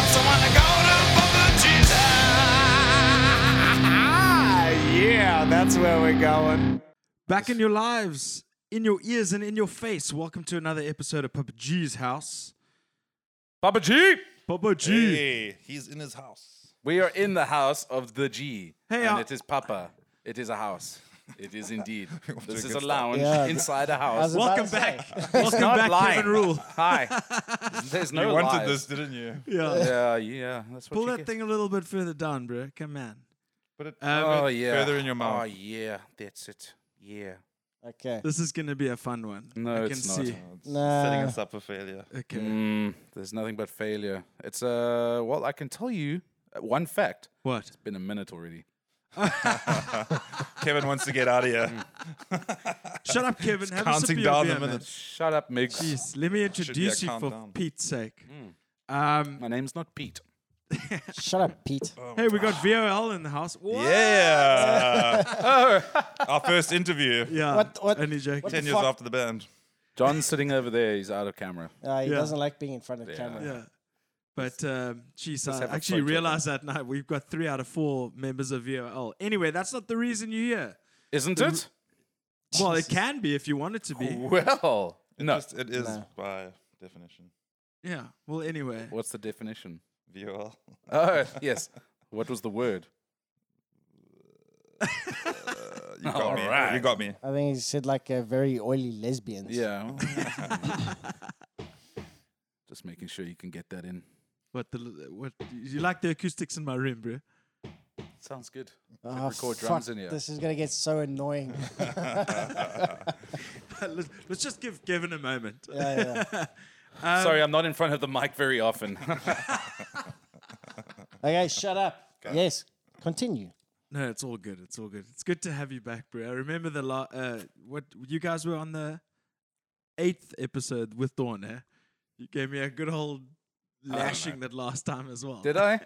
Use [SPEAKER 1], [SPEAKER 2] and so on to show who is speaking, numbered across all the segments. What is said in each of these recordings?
[SPEAKER 1] That's where we're going.
[SPEAKER 2] Back in your lives, in your ears, and in your face. Welcome to another episode of Papa G's house.
[SPEAKER 1] Papa G.
[SPEAKER 2] Papa G. Hey,
[SPEAKER 3] Hey, he's in his house.
[SPEAKER 1] We are in the house of the G.
[SPEAKER 2] Hey,
[SPEAKER 1] and
[SPEAKER 2] uh,
[SPEAKER 1] it is Papa. It is a house. It is indeed. this
[SPEAKER 3] a
[SPEAKER 1] is a
[SPEAKER 3] good
[SPEAKER 1] lounge
[SPEAKER 4] Yeah.
[SPEAKER 1] inside a house.
[SPEAKER 4] How's it-
[SPEAKER 2] welcome
[SPEAKER 4] About to
[SPEAKER 2] back. welcome
[SPEAKER 1] Not
[SPEAKER 2] back,
[SPEAKER 1] lying.
[SPEAKER 2] Kevin Rule.
[SPEAKER 1] Hi. There's no
[SPEAKER 3] you wanted
[SPEAKER 1] lies.
[SPEAKER 3] this, didn't you?
[SPEAKER 2] Yeah.
[SPEAKER 1] Yeah, yeah. That's what
[SPEAKER 2] Pull
[SPEAKER 1] you
[SPEAKER 2] that
[SPEAKER 1] get.
[SPEAKER 2] thing a little bit further down, bro. Come on.
[SPEAKER 3] Put it
[SPEAKER 2] Um,
[SPEAKER 1] Oh yeah.
[SPEAKER 3] further in your
[SPEAKER 1] Oh
[SPEAKER 3] mouth.
[SPEAKER 1] yeah. That's it. Yeah.
[SPEAKER 4] Okay.
[SPEAKER 2] This is gonna be a fun one.
[SPEAKER 1] No,
[SPEAKER 2] I can
[SPEAKER 1] it's not.
[SPEAKER 2] see.
[SPEAKER 3] It's
[SPEAKER 4] Nah.
[SPEAKER 3] Setting us up for failure.
[SPEAKER 2] Okay.
[SPEAKER 1] Mm, there's nothing but failure. It's uh well, I can tell you uh, one fact.
[SPEAKER 2] What?
[SPEAKER 1] Been a minute already.
[SPEAKER 3] Kevin wants to get out of here.
[SPEAKER 2] Shut up, Kevin. Have a sip of
[SPEAKER 3] counting
[SPEAKER 2] your
[SPEAKER 3] down
[SPEAKER 2] beer,
[SPEAKER 3] the
[SPEAKER 2] man.
[SPEAKER 3] minutes.
[SPEAKER 1] Shut up, Migs.
[SPEAKER 2] Jeez, let me
[SPEAKER 3] be a
[SPEAKER 2] introduce you for
[SPEAKER 3] countdown.
[SPEAKER 2] Pete's sake. Um,
[SPEAKER 1] My name's not Pete.
[SPEAKER 4] Shut up, Pete.
[SPEAKER 1] Oh,
[SPEAKER 2] hey, we got VOL in the house. What? Oh.
[SPEAKER 3] Yeah. Our first interview.
[SPEAKER 2] Yeah.
[SPEAKER 4] What- what-
[SPEAKER 2] Only joking.
[SPEAKER 4] what-
[SPEAKER 3] Ten
[SPEAKER 4] the
[SPEAKER 3] years
[SPEAKER 4] fuck?
[SPEAKER 3] after the band.
[SPEAKER 1] John's sitting over there. He's out of camera.
[SPEAKER 4] Uh, he
[SPEAKER 2] Yeah.
[SPEAKER 4] doesn't like being in front of
[SPEAKER 1] Yeah.
[SPEAKER 4] camera.
[SPEAKER 2] Yeah. But um, geez, I
[SPEAKER 1] have a
[SPEAKER 2] actually
[SPEAKER 1] photo of it.
[SPEAKER 2] realized that night we've got three out of four members of VOL. Anyway, that's not the reason you're here.
[SPEAKER 1] Isn't it?
[SPEAKER 2] Well, it can be if you want it to be.
[SPEAKER 1] Well, no.
[SPEAKER 3] Just- it is
[SPEAKER 4] Nah.
[SPEAKER 3] by definition.
[SPEAKER 2] Yeah. Well, anyway.
[SPEAKER 1] What's the definition?
[SPEAKER 3] VOL.
[SPEAKER 1] Oh, yes. What was the word?
[SPEAKER 3] You got me. You got me.
[SPEAKER 4] I think he said like a very oily lesbians.
[SPEAKER 1] Yeah. Just making sure you can get that in.
[SPEAKER 2] What the? l- What? You like the acoustics in my room, bro?
[SPEAKER 1] Sounds good.
[SPEAKER 4] Oh,
[SPEAKER 1] record
[SPEAKER 4] fuck,
[SPEAKER 1] drums in here.
[SPEAKER 4] This is gonna get so annoying.
[SPEAKER 2] let's, let's just give Kevin a moment.
[SPEAKER 4] yeah, yeah.
[SPEAKER 1] Sorry, I'm not in front of the mic very often.
[SPEAKER 4] Okay, shut up. Yes, continue.
[SPEAKER 2] No, it's all good. It's all good. It's good to have you back, bro. I remember the la- uh, what you guys were on the eighth episode with Dawn. Eh? You gave me a good old lashing that last time as well.
[SPEAKER 1] Did I?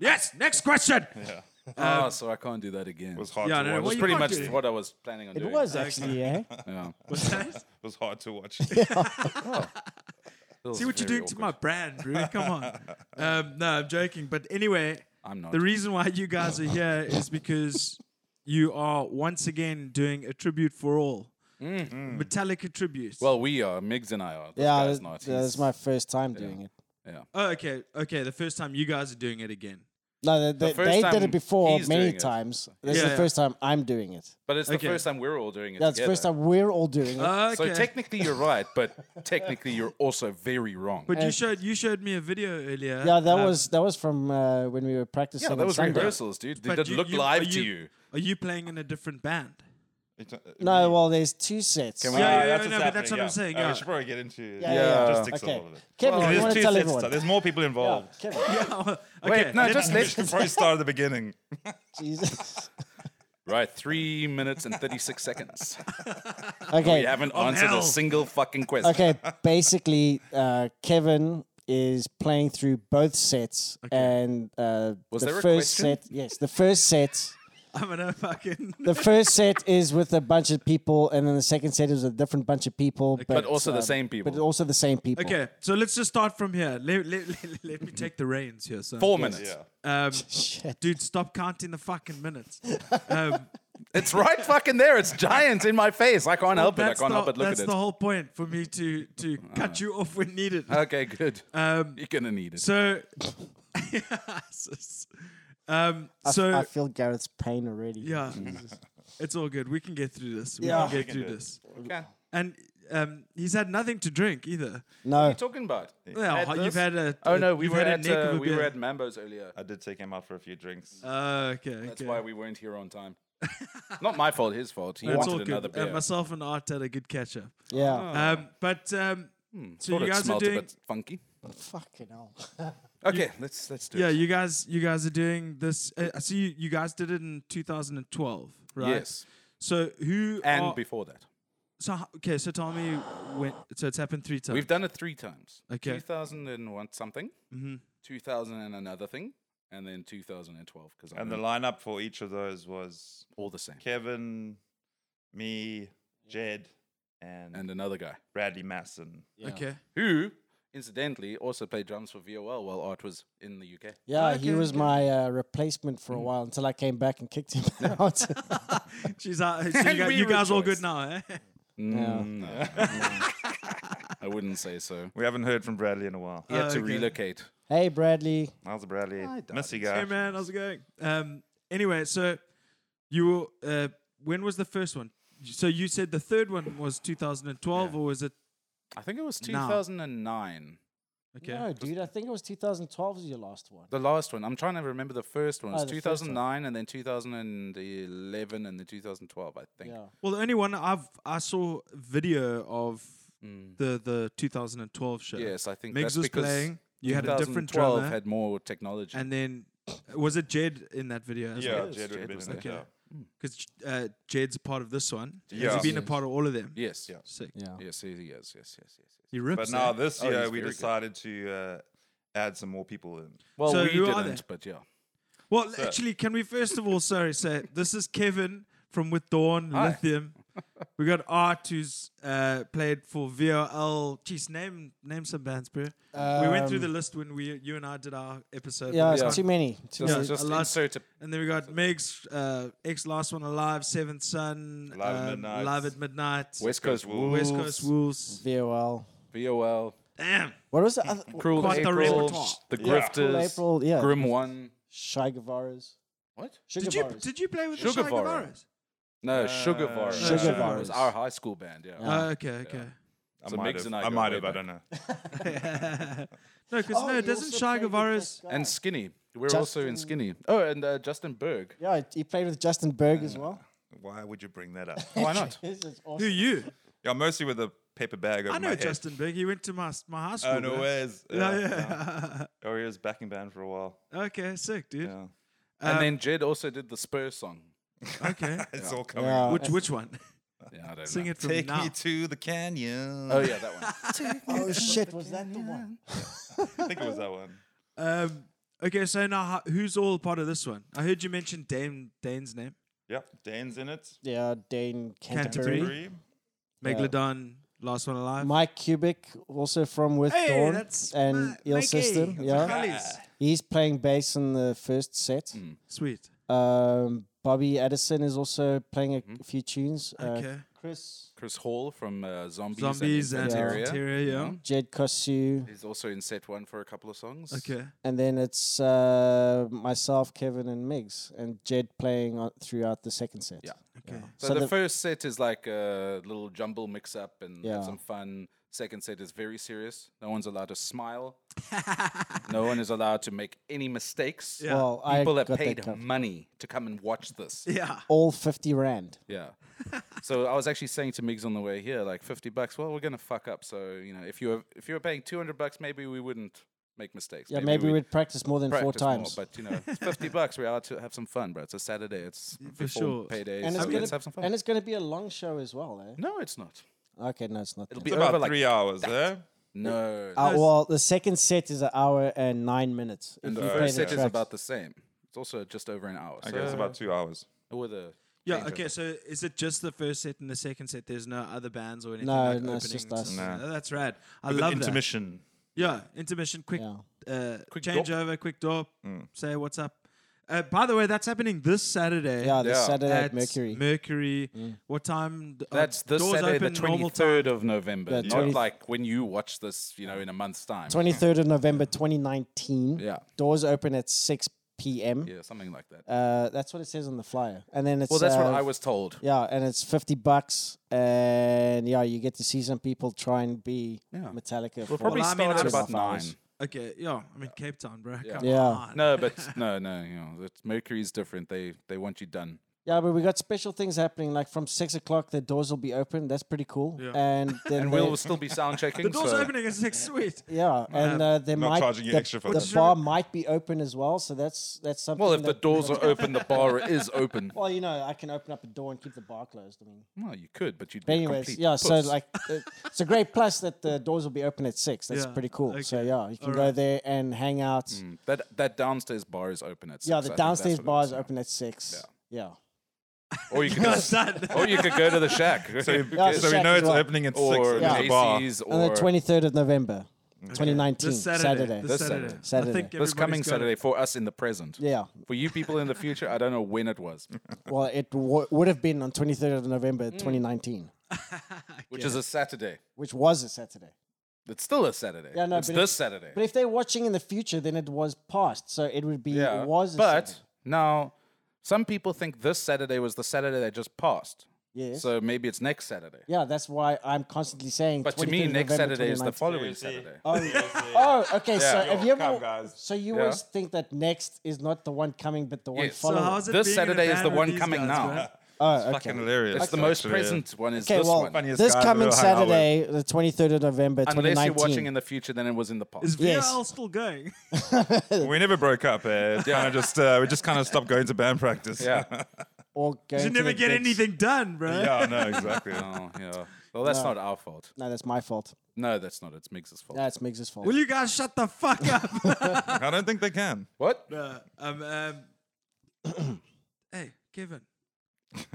[SPEAKER 2] Yes. Next question.
[SPEAKER 1] oh, so I can't do that again.
[SPEAKER 3] It was hard
[SPEAKER 2] Yeah,
[SPEAKER 3] to
[SPEAKER 2] no, no,
[SPEAKER 3] watch.
[SPEAKER 2] well,
[SPEAKER 1] It's
[SPEAKER 2] you
[SPEAKER 1] pretty
[SPEAKER 2] can't
[SPEAKER 1] much
[SPEAKER 2] do it. uh,
[SPEAKER 1] what I was planning on
[SPEAKER 4] It
[SPEAKER 1] doing.
[SPEAKER 4] was actually, eh? yeah.
[SPEAKER 1] Yeah.
[SPEAKER 2] What's that?
[SPEAKER 3] It was hard to watch.
[SPEAKER 1] It was
[SPEAKER 2] See what
[SPEAKER 1] very
[SPEAKER 2] you're doing to
[SPEAKER 1] awkward.
[SPEAKER 2] my brand, bro. Come on. Um, no, I'm joking. But anyway,
[SPEAKER 1] I'm not.
[SPEAKER 2] the reason why you guys are here is because you are once again doing a tribute for all. Metallica tribute.
[SPEAKER 1] Mm-hmm. well, we are. Migs and I are. This
[SPEAKER 4] Yeah,
[SPEAKER 1] guy's
[SPEAKER 4] that-
[SPEAKER 1] not.
[SPEAKER 4] that was
[SPEAKER 1] He's-
[SPEAKER 4] my first time doing it.
[SPEAKER 2] oh, okay, okay. The first time you guys are doing it again.
[SPEAKER 4] No, they, they,
[SPEAKER 1] first
[SPEAKER 4] they did
[SPEAKER 1] time
[SPEAKER 4] it before
[SPEAKER 1] he's
[SPEAKER 4] many
[SPEAKER 1] doing it.
[SPEAKER 4] times. This
[SPEAKER 2] Yeah,
[SPEAKER 4] is
[SPEAKER 2] yeah.
[SPEAKER 4] the first time I'm doing it.
[SPEAKER 1] But it's
[SPEAKER 2] Okay.
[SPEAKER 1] the first time we're all doing it.
[SPEAKER 4] That's the
[SPEAKER 1] together. Uh,
[SPEAKER 4] first time we're all doing it.
[SPEAKER 2] Okay.
[SPEAKER 1] So technically you're right, but technically you're also very wrong.
[SPEAKER 2] but you showed you showed me a video earlier.
[SPEAKER 4] yeah, that
[SPEAKER 2] um,
[SPEAKER 4] was that was from uh, when we were practicing.
[SPEAKER 1] yeah,
[SPEAKER 4] on
[SPEAKER 1] that was
[SPEAKER 4] Sunday.
[SPEAKER 1] rehearsals, dude. They
[SPEAKER 2] but
[SPEAKER 1] did
[SPEAKER 2] you-
[SPEAKER 1] look
[SPEAKER 2] you-
[SPEAKER 1] live
[SPEAKER 2] are
[SPEAKER 1] to you.
[SPEAKER 2] Are you playing in a different band?
[SPEAKER 4] No, well, there's two sets.
[SPEAKER 3] Can
[SPEAKER 4] So-
[SPEAKER 3] we-
[SPEAKER 2] Yeah, yeah,
[SPEAKER 3] that's
[SPEAKER 2] yeah, no,
[SPEAKER 3] what's
[SPEAKER 2] but that's
[SPEAKER 3] happening,
[SPEAKER 2] what I'm saying,
[SPEAKER 3] Uh,
[SPEAKER 2] yeah.
[SPEAKER 3] we should probably get into
[SPEAKER 4] yeah, yeah.
[SPEAKER 3] logistics
[SPEAKER 4] Okay.
[SPEAKER 3] of all of it.
[SPEAKER 4] Kevin, you
[SPEAKER 3] there's two
[SPEAKER 4] want to tell
[SPEAKER 3] sets.
[SPEAKER 4] everyone?
[SPEAKER 3] There's more people
[SPEAKER 1] Oh.
[SPEAKER 3] involved.
[SPEAKER 4] Kevin,
[SPEAKER 2] okay.
[SPEAKER 1] Wait, no, just
[SPEAKER 3] We
[SPEAKER 1] let
[SPEAKER 3] should probably start at the beginning.
[SPEAKER 4] Jesus.
[SPEAKER 1] Oh, Right, three minutes and thirty six seconds.
[SPEAKER 4] Okay.
[SPEAKER 1] We haven't answered
[SPEAKER 2] oh, hell.
[SPEAKER 1] a single fucking question.
[SPEAKER 4] okay, basically, uh, Kevin is playing through both sets, and uh,
[SPEAKER 1] Was
[SPEAKER 4] the
[SPEAKER 1] there a
[SPEAKER 4] first
[SPEAKER 1] question?
[SPEAKER 4] set, yes, the first set,
[SPEAKER 2] I'm gonna fucking.
[SPEAKER 4] the first set is with a bunch of people, and then the second set is with a different bunch of people, but,
[SPEAKER 1] also the
[SPEAKER 4] um,
[SPEAKER 1] same people.
[SPEAKER 4] but also the same people.
[SPEAKER 2] Okay, so let's just start from here. Let, let, let, let me take the reins here. So
[SPEAKER 1] Four minutes.
[SPEAKER 3] Yeah.
[SPEAKER 2] Um,
[SPEAKER 4] Shit.
[SPEAKER 2] dude, stop counting the fucking minutes.
[SPEAKER 1] It's right fucking there. It's giant in my face. I can't help it. I
[SPEAKER 2] that's
[SPEAKER 1] can't
[SPEAKER 2] the,
[SPEAKER 1] help but look at
[SPEAKER 2] that's
[SPEAKER 1] it.
[SPEAKER 2] the whole point for me to to cut you off when needed.
[SPEAKER 1] Okay, good. You're gonna need it.
[SPEAKER 2] Um, So, Jesus. um, so
[SPEAKER 4] I feel Garrett's pain already.
[SPEAKER 2] yeah, it's all good. We can get through this. We
[SPEAKER 4] Yeah.
[SPEAKER 2] can get
[SPEAKER 3] can
[SPEAKER 2] through
[SPEAKER 3] do it.
[SPEAKER 2] this.
[SPEAKER 1] okay.
[SPEAKER 2] And um, he's had nothing to drink either.
[SPEAKER 4] No.
[SPEAKER 1] What are you talking about?
[SPEAKER 2] Well,
[SPEAKER 1] Had this?
[SPEAKER 2] you've had a.
[SPEAKER 1] Oh no, we
[SPEAKER 2] you've
[SPEAKER 1] were
[SPEAKER 2] had a
[SPEAKER 1] at
[SPEAKER 2] neck
[SPEAKER 1] uh,
[SPEAKER 2] of a
[SPEAKER 1] we were
[SPEAKER 2] beer.
[SPEAKER 1] at Mambo's earlier.
[SPEAKER 3] I did take him out for a few drinks.
[SPEAKER 1] Uh-huh.
[SPEAKER 2] Oh, okay.
[SPEAKER 1] That's why we weren't here on time. Not my fault, his fault. He
[SPEAKER 2] It's all
[SPEAKER 1] wanted another
[SPEAKER 2] good. Uh,
[SPEAKER 1] beer. Oh.
[SPEAKER 2] myself and Art had a good catch up.
[SPEAKER 4] Yeah. Ah,
[SPEAKER 2] Um, but um, so
[SPEAKER 1] Hmm. Thought
[SPEAKER 2] you
[SPEAKER 1] it
[SPEAKER 2] guys are
[SPEAKER 1] smelled a
[SPEAKER 2] doing.
[SPEAKER 1] bit funky.
[SPEAKER 2] Uh,
[SPEAKER 4] Fucking hell.
[SPEAKER 1] Okay, let's let's do
[SPEAKER 2] Yeah,
[SPEAKER 1] it.
[SPEAKER 2] you guys, you guys are doing this. Uh, I see you, you guys did it in 2012, right?
[SPEAKER 1] Yes,
[SPEAKER 2] So who
[SPEAKER 1] and
[SPEAKER 2] are-
[SPEAKER 1] before that,
[SPEAKER 2] So ho- okay, so tell me when. So it's happened three times.
[SPEAKER 1] we've done it three times.
[SPEAKER 2] Okay. Mm-hmm.
[SPEAKER 1] 2001 something, 2000 and another thing, and then 2012 because
[SPEAKER 3] And the lineup for each of those was
[SPEAKER 1] all the same.
[SPEAKER 3] Kevin, me, Jed, and,
[SPEAKER 1] And another guy
[SPEAKER 3] Bradley Masson.
[SPEAKER 2] okay.
[SPEAKER 1] who incidentally also played drums for VOL while Art was in the UK.
[SPEAKER 4] Yeah, he
[SPEAKER 2] Okay,
[SPEAKER 4] was
[SPEAKER 2] okay.
[SPEAKER 4] my uh, replacement for a while until I came back and kicked him out.
[SPEAKER 2] She's out. So you,
[SPEAKER 1] And
[SPEAKER 2] got-
[SPEAKER 1] we
[SPEAKER 2] you guys all
[SPEAKER 1] rejoice.
[SPEAKER 2] good now, eh?
[SPEAKER 1] Mm, no. I wouldn't say so.
[SPEAKER 3] We haven't heard from Bradley in a while.
[SPEAKER 1] He had to
[SPEAKER 2] Okay.
[SPEAKER 1] relocate.
[SPEAKER 4] hey, Bradley.
[SPEAKER 3] How's Bradley?
[SPEAKER 1] I doubt
[SPEAKER 3] Missy
[SPEAKER 1] it.
[SPEAKER 3] guy.
[SPEAKER 2] Hey man, how's it going? Um, anyway, so you were, uh, when was the first one? So you said the third one was 2012, or was it?
[SPEAKER 1] I think it was
[SPEAKER 2] Now.
[SPEAKER 1] 2009.
[SPEAKER 2] Okay,
[SPEAKER 4] No, dude, I think it was 2012 was your last one.
[SPEAKER 1] The last one. I'm trying to remember the first one. It
[SPEAKER 4] Oh,
[SPEAKER 1] was
[SPEAKER 4] the first one.
[SPEAKER 1] 2009 and then 2011 and then 2012, I think.
[SPEAKER 4] Yeah.
[SPEAKER 2] Well, the only one I've I saw video of
[SPEAKER 1] Mm.
[SPEAKER 2] the the 2012 show.
[SPEAKER 1] Yes, I think
[SPEAKER 2] Migs
[SPEAKER 1] that's
[SPEAKER 2] was
[SPEAKER 1] because
[SPEAKER 2] playing. You had a different
[SPEAKER 1] 2012
[SPEAKER 2] drummer,
[SPEAKER 1] had more technology.
[SPEAKER 2] and then uh, was it Jed in that video? as
[SPEAKER 3] Yeah,
[SPEAKER 2] well?
[SPEAKER 1] Yes,
[SPEAKER 3] Jed would
[SPEAKER 1] Jed
[SPEAKER 3] have been
[SPEAKER 1] was
[SPEAKER 3] in it.
[SPEAKER 2] there.
[SPEAKER 3] Yeah.
[SPEAKER 2] Okay. because uh, Jed's part of this one.
[SPEAKER 3] Yeah.
[SPEAKER 2] Has he been a part of all of them?
[SPEAKER 1] yes.
[SPEAKER 3] Yeah.
[SPEAKER 2] Sick.
[SPEAKER 4] Yeah.
[SPEAKER 1] Yes, yes, yes, yes, yes, yes.
[SPEAKER 2] He rips.
[SPEAKER 3] But
[SPEAKER 2] eh?
[SPEAKER 3] now this
[SPEAKER 1] Oh,
[SPEAKER 3] year
[SPEAKER 1] he's
[SPEAKER 3] we
[SPEAKER 1] very good.
[SPEAKER 3] decided to uh, add some more people in.
[SPEAKER 1] Well,
[SPEAKER 2] So
[SPEAKER 1] we
[SPEAKER 2] who are
[SPEAKER 1] didn't, but yeah.
[SPEAKER 2] Well,
[SPEAKER 3] So-
[SPEAKER 2] actually, can we first of all, sorry, say this is Kevin from With Dawn
[SPEAKER 1] Hi.
[SPEAKER 2] Lithium. We got Art who's uh, played for VOL. Jeez, name name some bands, bro. we went through the
[SPEAKER 4] Um,
[SPEAKER 2] list when we you and I did our episode.
[SPEAKER 4] Yeah,
[SPEAKER 2] with
[SPEAKER 4] it's
[SPEAKER 2] Art.
[SPEAKER 1] Yeah.
[SPEAKER 4] too many. Too
[SPEAKER 1] Just,
[SPEAKER 2] Yeah,
[SPEAKER 4] many.
[SPEAKER 1] just
[SPEAKER 2] a lot-
[SPEAKER 1] insert a
[SPEAKER 2] and then we got Meg's uh, ex last one alive, Seventh Son,
[SPEAKER 3] Live at
[SPEAKER 2] um,
[SPEAKER 3] Midnight.
[SPEAKER 2] Live at Midnight,
[SPEAKER 1] West Coast Wolves,
[SPEAKER 2] West Coast Wolves.
[SPEAKER 4] VOL.
[SPEAKER 1] VOL,
[SPEAKER 2] Damn,
[SPEAKER 4] What was the other?
[SPEAKER 1] Cruel
[SPEAKER 2] Quite the
[SPEAKER 1] April,
[SPEAKER 2] repertoire.
[SPEAKER 1] The
[SPEAKER 3] Yeah.
[SPEAKER 4] April,
[SPEAKER 1] Grifters,
[SPEAKER 4] April, yeah.
[SPEAKER 1] Grim One.
[SPEAKER 4] Shy Guevara's.
[SPEAKER 1] What?
[SPEAKER 4] Sugar
[SPEAKER 2] did you
[SPEAKER 4] Bars.
[SPEAKER 2] did you play with the Shy
[SPEAKER 1] Sugavara.
[SPEAKER 2] Guevara's?
[SPEAKER 1] No,
[SPEAKER 3] Uh,
[SPEAKER 1] Sugar Var.
[SPEAKER 4] Sugar
[SPEAKER 1] It was
[SPEAKER 4] Vars.
[SPEAKER 1] our high school band, yeah.
[SPEAKER 4] Yeah.
[SPEAKER 2] Oh, okay, okay.
[SPEAKER 3] I
[SPEAKER 1] So
[SPEAKER 3] might
[SPEAKER 1] Migs
[SPEAKER 3] have.
[SPEAKER 1] and I
[SPEAKER 3] I,
[SPEAKER 1] go
[SPEAKER 3] might
[SPEAKER 1] way
[SPEAKER 3] have. I
[SPEAKER 1] back.
[SPEAKER 3] don't know.
[SPEAKER 2] no, because
[SPEAKER 4] Oh,
[SPEAKER 2] no,
[SPEAKER 4] you
[SPEAKER 2] doesn't
[SPEAKER 4] also
[SPEAKER 2] Shy
[SPEAKER 4] played with
[SPEAKER 2] Guevara's?
[SPEAKER 4] this guy.
[SPEAKER 1] And Skinny. We're also in
[SPEAKER 4] Justin-
[SPEAKER 1] Skinny. Oh, and uh, Justin Berg.
[SPEAKER 4] Yeah, he played with Justin Berg as well.
[SPEAKER 3] Why would you bring that up?
[SPEAKER 1] Why not?
[SPEAKER 4] This is
[SPEAKER 2] Who
[SPEAKER 4] awesome.
[SPEAKER 2] you?
[SPEAKER 3] yeah, mostly with a paper bag over
[SPEAKER 2] I
[SPEAKER 3] my
[SPEAKER 2] know
[SPEAKER 3] head.
[SPEAKER 2] Justin Big. He went to my s- my high school.
[SPEAKER 3] Oh no
[SPEAKER 2] bro.
[SPEAKER 3] ways.
[SPEAKER 2] Yeah,
[SPEAKER 3] Yeah.
[SPEAKER 2] yeah.
[SPEAKER 3] Oh, he was backing band for a while.
[SPEAKER 2] okay, sick, dude.
[SPEAKER 3] Yeah.
[SPEAKER 1] and
[SPEAKER 2] Um,
[SPEAKER 1] then Jed also did the Spurs song.
[SPEAKER 2] Okay.
[SPEAKER 3] It's
[SPEAKER 1] Yeah.
[SPEAKER 3] all coming.
[SPEAKER 4] Yeah.
[SPEAKER 2] which which one?
[SPEAKER 1] Yeah, I don't
[SPEAKER 2] Sing
[SPEAKER 1] know.
[SPEAKER 2] it from
[SPEAKER 3] Take
[SPEAKER 2] now.
[SPEAKER 3] me to the canyon.
[SPEAKER 1] Oh yeah, that one.
[SPEAKER 4] Oh, shit. Was that the one?
[SPEAKER 3] I think it was that one.
[SPEAKER 2] um, okay, so now ho- who's all part of this one? I heard you mention Dane Dane's name.
[SPEAKER 3] Yep. Dane's in it.
[SPEAKER 4] Yeah, Dane
[SPEAKER 2] Canterbury.
[SPEAKER 4] Canterbury.
[SPEAKER 3] Three.
[SPEAKER 4] Yeah.
[SPEAKER 2] Megalodon, last one alive.
[SPEAKER 4] Mike Kubik, also from With
[SPEAKER 2] Hey,
[SPEAKER 4] Dawn
[SPEAKER 2] that's
[SPEAKER 4] and
[SPEAKER 2] my-
[SPEAKER 4] Ill
[SPEAKER 2] Mikey.
[SPEAKER 4] System.
[SPEAKER 2] That's
[SPEAKER 4] Yeah,
[SPEAKER 2] Cullies.
[SPEAKER 4] he's playing bass in the first set.
[SPEAKER 2] Mm. Sweet.
[SPEAKER 4] Um, Bobby Addison is also playing a few tunes. Uh,
[SPEAKER 2] Okay.
[SPEAKER 4] Chris,
[SPEAKER 1] Chris Hall from uh, Zombies,
[SPEAKER 2] Zombies
[SPEAKER 1] and
[SPEAKER 2] and
[SPEAKER 1] Interior.
[SPEAKER 2] Interior, yeah.
[SPEAKER 4] Jed Kosu,
[SPEAKER 1] He's also in set one for a couple of songs.
[SPEAKER 2] Okay.
[SPEAKER 4] and then it's uh, myself, Kevin, and Migs, and Jed playing on, throughout the second set.
[SPEAKER 1] Yeah.
[SPEAKER 2] Okay.
[SPEAKER 1] So,
[SPEAKER 4] So
[SPEAKER 1] the,
[SPEAKER 4] the-
[SPEAKER 1] first set is like a little jumble mix up and
[SPEAKER 4] Yeah.
[SPEAKER 1] have some fun. Second set is very serious. No one's allowed to smile. no one is allowed to make any mistakes.
[SPEAKER 2] Yeah.
[SPEAKER 4] Well,
[SPEAKER 1] People
[SPEAKER 4] I
[SPEAKER 1] have
[SPEAKER 4] got
[SPEAKER 1] paid
[SPEAKER 4] that covered.
[SPEAKER 1] money to come and watch this.
[SPEAKER 2] Yeah.
[SPEAKER 4] all fifty rand.
[SPEAKER 1] Yeah. so I was actually saying to Migs on the way here, like fifty bucks. Well, we're gonna fuck up. So you know, if you were if you were paying two hundred bucks, maybe we wouldn't make mistakes.
[SPEAKER 4] Yeah, maybe,
[SPEAKER 1] we'd
[SPEAKER 4] we'd practice more than four
[SPEAKER 1] practice more,
[SPEAKER 4] times.
[SPEAKER 1] but you know, it's fifty bucks. We are to have some fun, bro. It's a Saturday. It's before
[SPEAKER 2] sure.
[SPEAKER 1] payday.
[SPEAKER 4] and,
[SPEAKER 1] so
[SPEAKER 4] it's
[SPEAKER 1] let's
[SPEAKER 4] gonna,
[SPEAKER 1] have some fun.
[SPEAKER 4] and it's going to be a long show as well, eh?
[SPEAKER 1] no, it's not.
[SPEAKER 4] Okay, no, it's not.
[SPEAKER 1] It'll
[SPEAKER 4] that.
[SPEAKER 1] be
[SPEAKER 3] It's
[SPEAKER 1] over
[SPEAKER 3] about
[SPEAKER 1] like
[SPEAKER 3] three hours, eh?
[SPEAKER 1] no.
[SPEAKER 4] Uh,
[SPEAKER 2] Nice.
[SPEAKER 4] well, the second set is an hour and nine minutes.
[SPEAKER 1] and
[SPEAKER 4] if
[SPEAKER 1] the
[SPEAKER 4] you play
[SPEAKER 1] first
[SPEAKER 4] the
[SPEAKER 1] set is
[SPEAKER 4] tracks.
[SPEAKER 1] about the same. It's also just over an hour.
[SPEAKER 3] I
[SPEAKER 1] so
[SPEAKER 3] guess it's about two hours.
[SPEAKER 1] with a
[SPEAKER 2] Yeah,
[SPEAKER 1] changeover.
[SPEAKER 2] okay, so is it just the first set and the second set? There's no other bands or anything?
[SPEAKER 4] No,
[SPEAKER 2] like
[SPEAKER 4] no, it's
[SPEAKER 2] openings
[SPEAKER 4] just us.
[SPEAKER 2] and-
[SPEAKER 3] Nah.
[SPEAKER 2] Oh, That's rad. I
[SPEAKER 3] With an
[SPEAKER 2] love that.
[SPEAKER 3] intermission.
[SPEAKER 2] Yeah, intermission, quick,
[SPEAKER 4] Yeah.
[SPEAKER 2] uh,
[SPEAKER 1] Quick Hmm.
[SPEAKER 2] change
[SPEAKER 1] dop.
[SPEAKER 2] over, quick door. Say what's up. Uh, by the way, that's happening this Saturday.
[SPEAKER 4] Yeah, this
[SPEAKER 1] Yeah.
[SPEAKER 4] Saturday
[SPEAKER 2] at
[SPEAKER 4] at Mercury. Hmm.
[SPEAKER 2] Mercury. What time? d- uh,
[SPEAKER 1] That's this
[SPEAKER 2] doors
[SPEAKER 1] Saturday, the
[SPEAKER 2] open normal
[SPEAKER 1] twenty
[SPEAKER 2] time.
[SPEAKER 1] third of November.
[SPEAKER 4] The
[SPEAKER 1] Not
[SPEAKER 4] 20
[SPEAKER 1] like when you watch this, you know, in a month's time.
[SPEAKER 4] 23rd of November 2019.
[SPEAKER 1] Yeah.
[SPEAKER 4] Doors open at 6 p.m.
[SPEAKER 1] Yeah, something like that.
[SPEAKER 4] Uh, that's what it says on the flyer. And then it's.
[SPEAKER 1] well, that's what
[SPEAKER 4] uh,
[SPEAKER 1] I was told.
[SPEAKER 4] Yeah, and it's 50 bucks. And yeah, you get to see some people try and be
[SPEAKER 1] Yeah.
[SPEAKER 4] Metallica.
[SPEAKER 1] We'll
[SPEAKER 4] for
[SPEAKER 1] probably
[SPEAKER 2] Well, I mean,
[SPEAKER 1] start
[SPEAKER 2] I'm
[SPEAKER 1] at about
[SPEAKER 4] half
[SPEAKER 1] nine.
[SPEAKER 4] hours.
[SPEAKER 2] Okay, yeah, I mean, Cape Town, bro. Come
[SPEAKER 4] Yeah.
[SPEAKER 2] on.
[SPEAKER 1] No, but no, no, you know, it's, Mercury's different. They they want you done.
[SPEAKER 4] Yeah, but we got special things happening. Like from 6 o'clock, the doors will be open. That's pretty cool.
[SPEAKER 2] Yeah.
[SPEAKER 4] And then.
[SPEAKER 1] And
[SPEAKER 4] they-
[SPEAKER 1] we'll still be sound checking.
[SPEAKER 2] The door's
[SPEAKER 1] so
[SPEAKER 2] opening at six. Sweet.
[SPEAKER 4] Yeah, and uh, they
[SPEAKER 3] not
[SPEAKER 4] might
[SPEAKER 3] charging you
[SPEAKER 4] the,
[SPEAKER 3] extra for
[SPEAKER 4] the
[SPEAKER 3] that.
[SPEAKER 4] bar might be open as well, so that's that's something.
[SPEAKER 1] Well, if the
[SPEAKER 4] that-
[SPEAKER 1] doors are open, the bar is open.
[SPEAKER 4] well, you know, I can open up a door and keep the bar closed. I mean,
[SPEAKER 1] Well, you could, but you'd be
[SPEAKER 4] but
[SPEAKER 1] a
[SPEAKER 4] anyways,
[SPEAKER 1] complete
[SPEAKER 4] yeah. So
[SPEAKER 1] puss.
[SPEAKER 4] like, uh, it's a great plus that the doors will be open at six. That's
[SPEAKER 2] Yeah,
[SPEAKER 4] pretty cool. So
[SPEAKER 2] okay,
[SPEAKER 4] yeah, you can go
[SPEAKER 2] alright.
[SPEAKER 4] there and hang out.
[SPEAKER 1] Mm, that that downstairs bar is open at six.
[SPEAKER 4] yeah,
[SPEAKER 1] I think
[SPEAKER 4] the
[SPEAKER 1] that's
[SPEAKER 4] downstairs
[SPEAKER 1] what it
[SPEAKER 4] bar
[SPEAKER 1] was,
[SPEAKER 4] is
[SPEAKER 1] yeah.
[SPEAKER 4] open at six. Yeah,
[SPEAKER 1] Or you could go,
[SPEAKER 2] Done.
[SPEAKER 1] or you could go to the shack.
[SPEAKER 3] So,
[SPEAKER 1] Who
[SPEAKER 3] so
[SPEAKER 1] cares?
[SPEAKER 4] the
[SPEAKER 3] we
[SPEAKER 4] shack
[SPEAKER 3] know
[SPEAKER 4] as
[SPEAKER 3] it's
[SPEAKER 4] well.
[SPEAKER 3] opening at
[SPEAKER 1] or
[SPEAKER 3] six. and
[SPEAKER 4] Yeah.
[SPEAKER 3] There's a bar.
[SPEAKER 1] Macy's
[SPEAKER 4] on
[SPEAKER 1] or
[SPEAKER 4] the twenty third of November. 2019
[SPEAKER 2] This Saturday.
[SPEAKER 4] Saturday.
[SPEAKER 2] This
[SPEAKER 1] This
[SPEAKER 2] Saturday.
[SPEAKER 1] Saturday.
[SPEAKER 4] Saturday.
[SPEAKER 2] I think
[SPEAKER 1] This coming
[SPEAKER 2] everybody's got
[SPEAKER 1] Saturday
[SPEAKER 2] it.
[SPEAKER 1] for us in the present.
[SPEAKER 4] yeah.
[SPEAKER 1] For you people in the future, I don't know when it was,
[SPEAKER 4] Well, it w- would have been on 23rd of November 2019,
[SPEAKER 1] which is a Saturday.
[SPEAKER 4] which was a Saturday.
[SPEAKER 1] It's still a Saturday.
[SPEAKER 4] Yeah, no,
[SPEAKER 1] it's
[SPEAKER 4] but
[SPEAKER 1] this
[SPEAKER 4] it-
[SPEAKER 1] Saturday.
[SPEAKER 4] But if they're watching in the future, then it was past. So it would be
[SPEAKER 1] yeah,
[SPEAKER 4] it was. A
[SPEAKER 1] but
[SPEAKER 4] Saturday.
[SPEAKER 1] now some people think this Saturday was the Saturday that just passed.
[SPEAKER 4] Yes.
[SPEAKER 1] So maybe it's next Saturday.
[SPEAKER 4] yeah, that's why I'm constantly saying.
[SPEAKER 1] But to
[SPEAKER 4] 23rd
[SPEAKER 1] me,
[SPEAKER 4] of
[SPEAKER 1] next
[SPEAKER 4] November,
[SPEAKER 1] Saturday is the
[SPEAKER 4] 2019.
[SPEAKER 1] following
[SPEAKER 3] Seriously.
[SPEAKER 1] Saturday.
[SPEAKER 4] Oh, okay. So
[SPEAKER 1] Yeah.
[SPEAKER 4] have you ever?
[SPEAKER 3] Come, guys.
[SPEAKER 4] So you
[SPEAKER 1] Yeah.
[SPEAKER 4] always think that next is not the one coming, but the one
[SPEAKER 1] Yes. So
[SPEAKER 2] So
[SPEAKER 4] following.
[SPEAKER 2] how's it
[SPEAKER 1] This
[SPEAKER 2] being in a
[SPEAKER 1] Saturday is
[SPEAKER 2] band
[SPEAKER 1] the
[SPEAKER 2] with
[SPEAKER 1] one
[SPEAKER 2] these
[SPEAKER 1] coming
[SPEAKER 2] guys,
[SPEAKER 1] now.
[SPEAKER 2] man?
[SPEAKER 4] oh, okay.
[SPEAKER 3] Fucking hilarious.
[SPEAKER 1] It's the most present one. Is
[SPEAKER 4] Okay,
[SPEAKER 1] this
[SPEAKER 4] well,
[SPEAKER 1] one?
[SPEAKER 3] Funniest
[SPEAKER 4] This
[SPEAKER 3] guys
[SPEAKER 4] coming
[SPEAKER 3] I've ever hung out with.
[SPEAKER 4] Saturday, the 23rd of November,
[SPEAKER 1] Unless
[SPEAKER 4] 2019.
[SPEAKER 1] you're watching in the future, then it was in the past.
[SPEAKER 2] Is
[SPEAKER 4] Yes.
[SPEAKER 2] VRL still going?
[SPEAKER 3] We never broke up. Eh? It's kind of just uh, we just kind of stopped going to band practice.
[SPEAKER 1] yeah.
[SPEAKER 4] or going
[SPEAKER 2] you
[SPEAKER 4] to
[SPEAKER 2] never
[SPEAKER 4] the
[SPEAKER 2] get
[SPEAKER 4] gigs.
[SPEAKER 2] anything done, bro.
[SPEAKER 3] yeah. No, exactly.
[SPEAKER 1] oh, yeah. Well, that's not our fault.
[SPEAKER 4] No, that's my fault.
[SPEAKER 1] No, that's not. It's Miggs's fault.
[SPEAKER 4] That's Miggs's fault.
[SPEAKER 2] Will you guys shut the fuck up?
[SPEAKER 3] I don't think they can.
[SPEAKER 1] what?
[SPEAKER 2] Uh, um, um, hey, Kevin,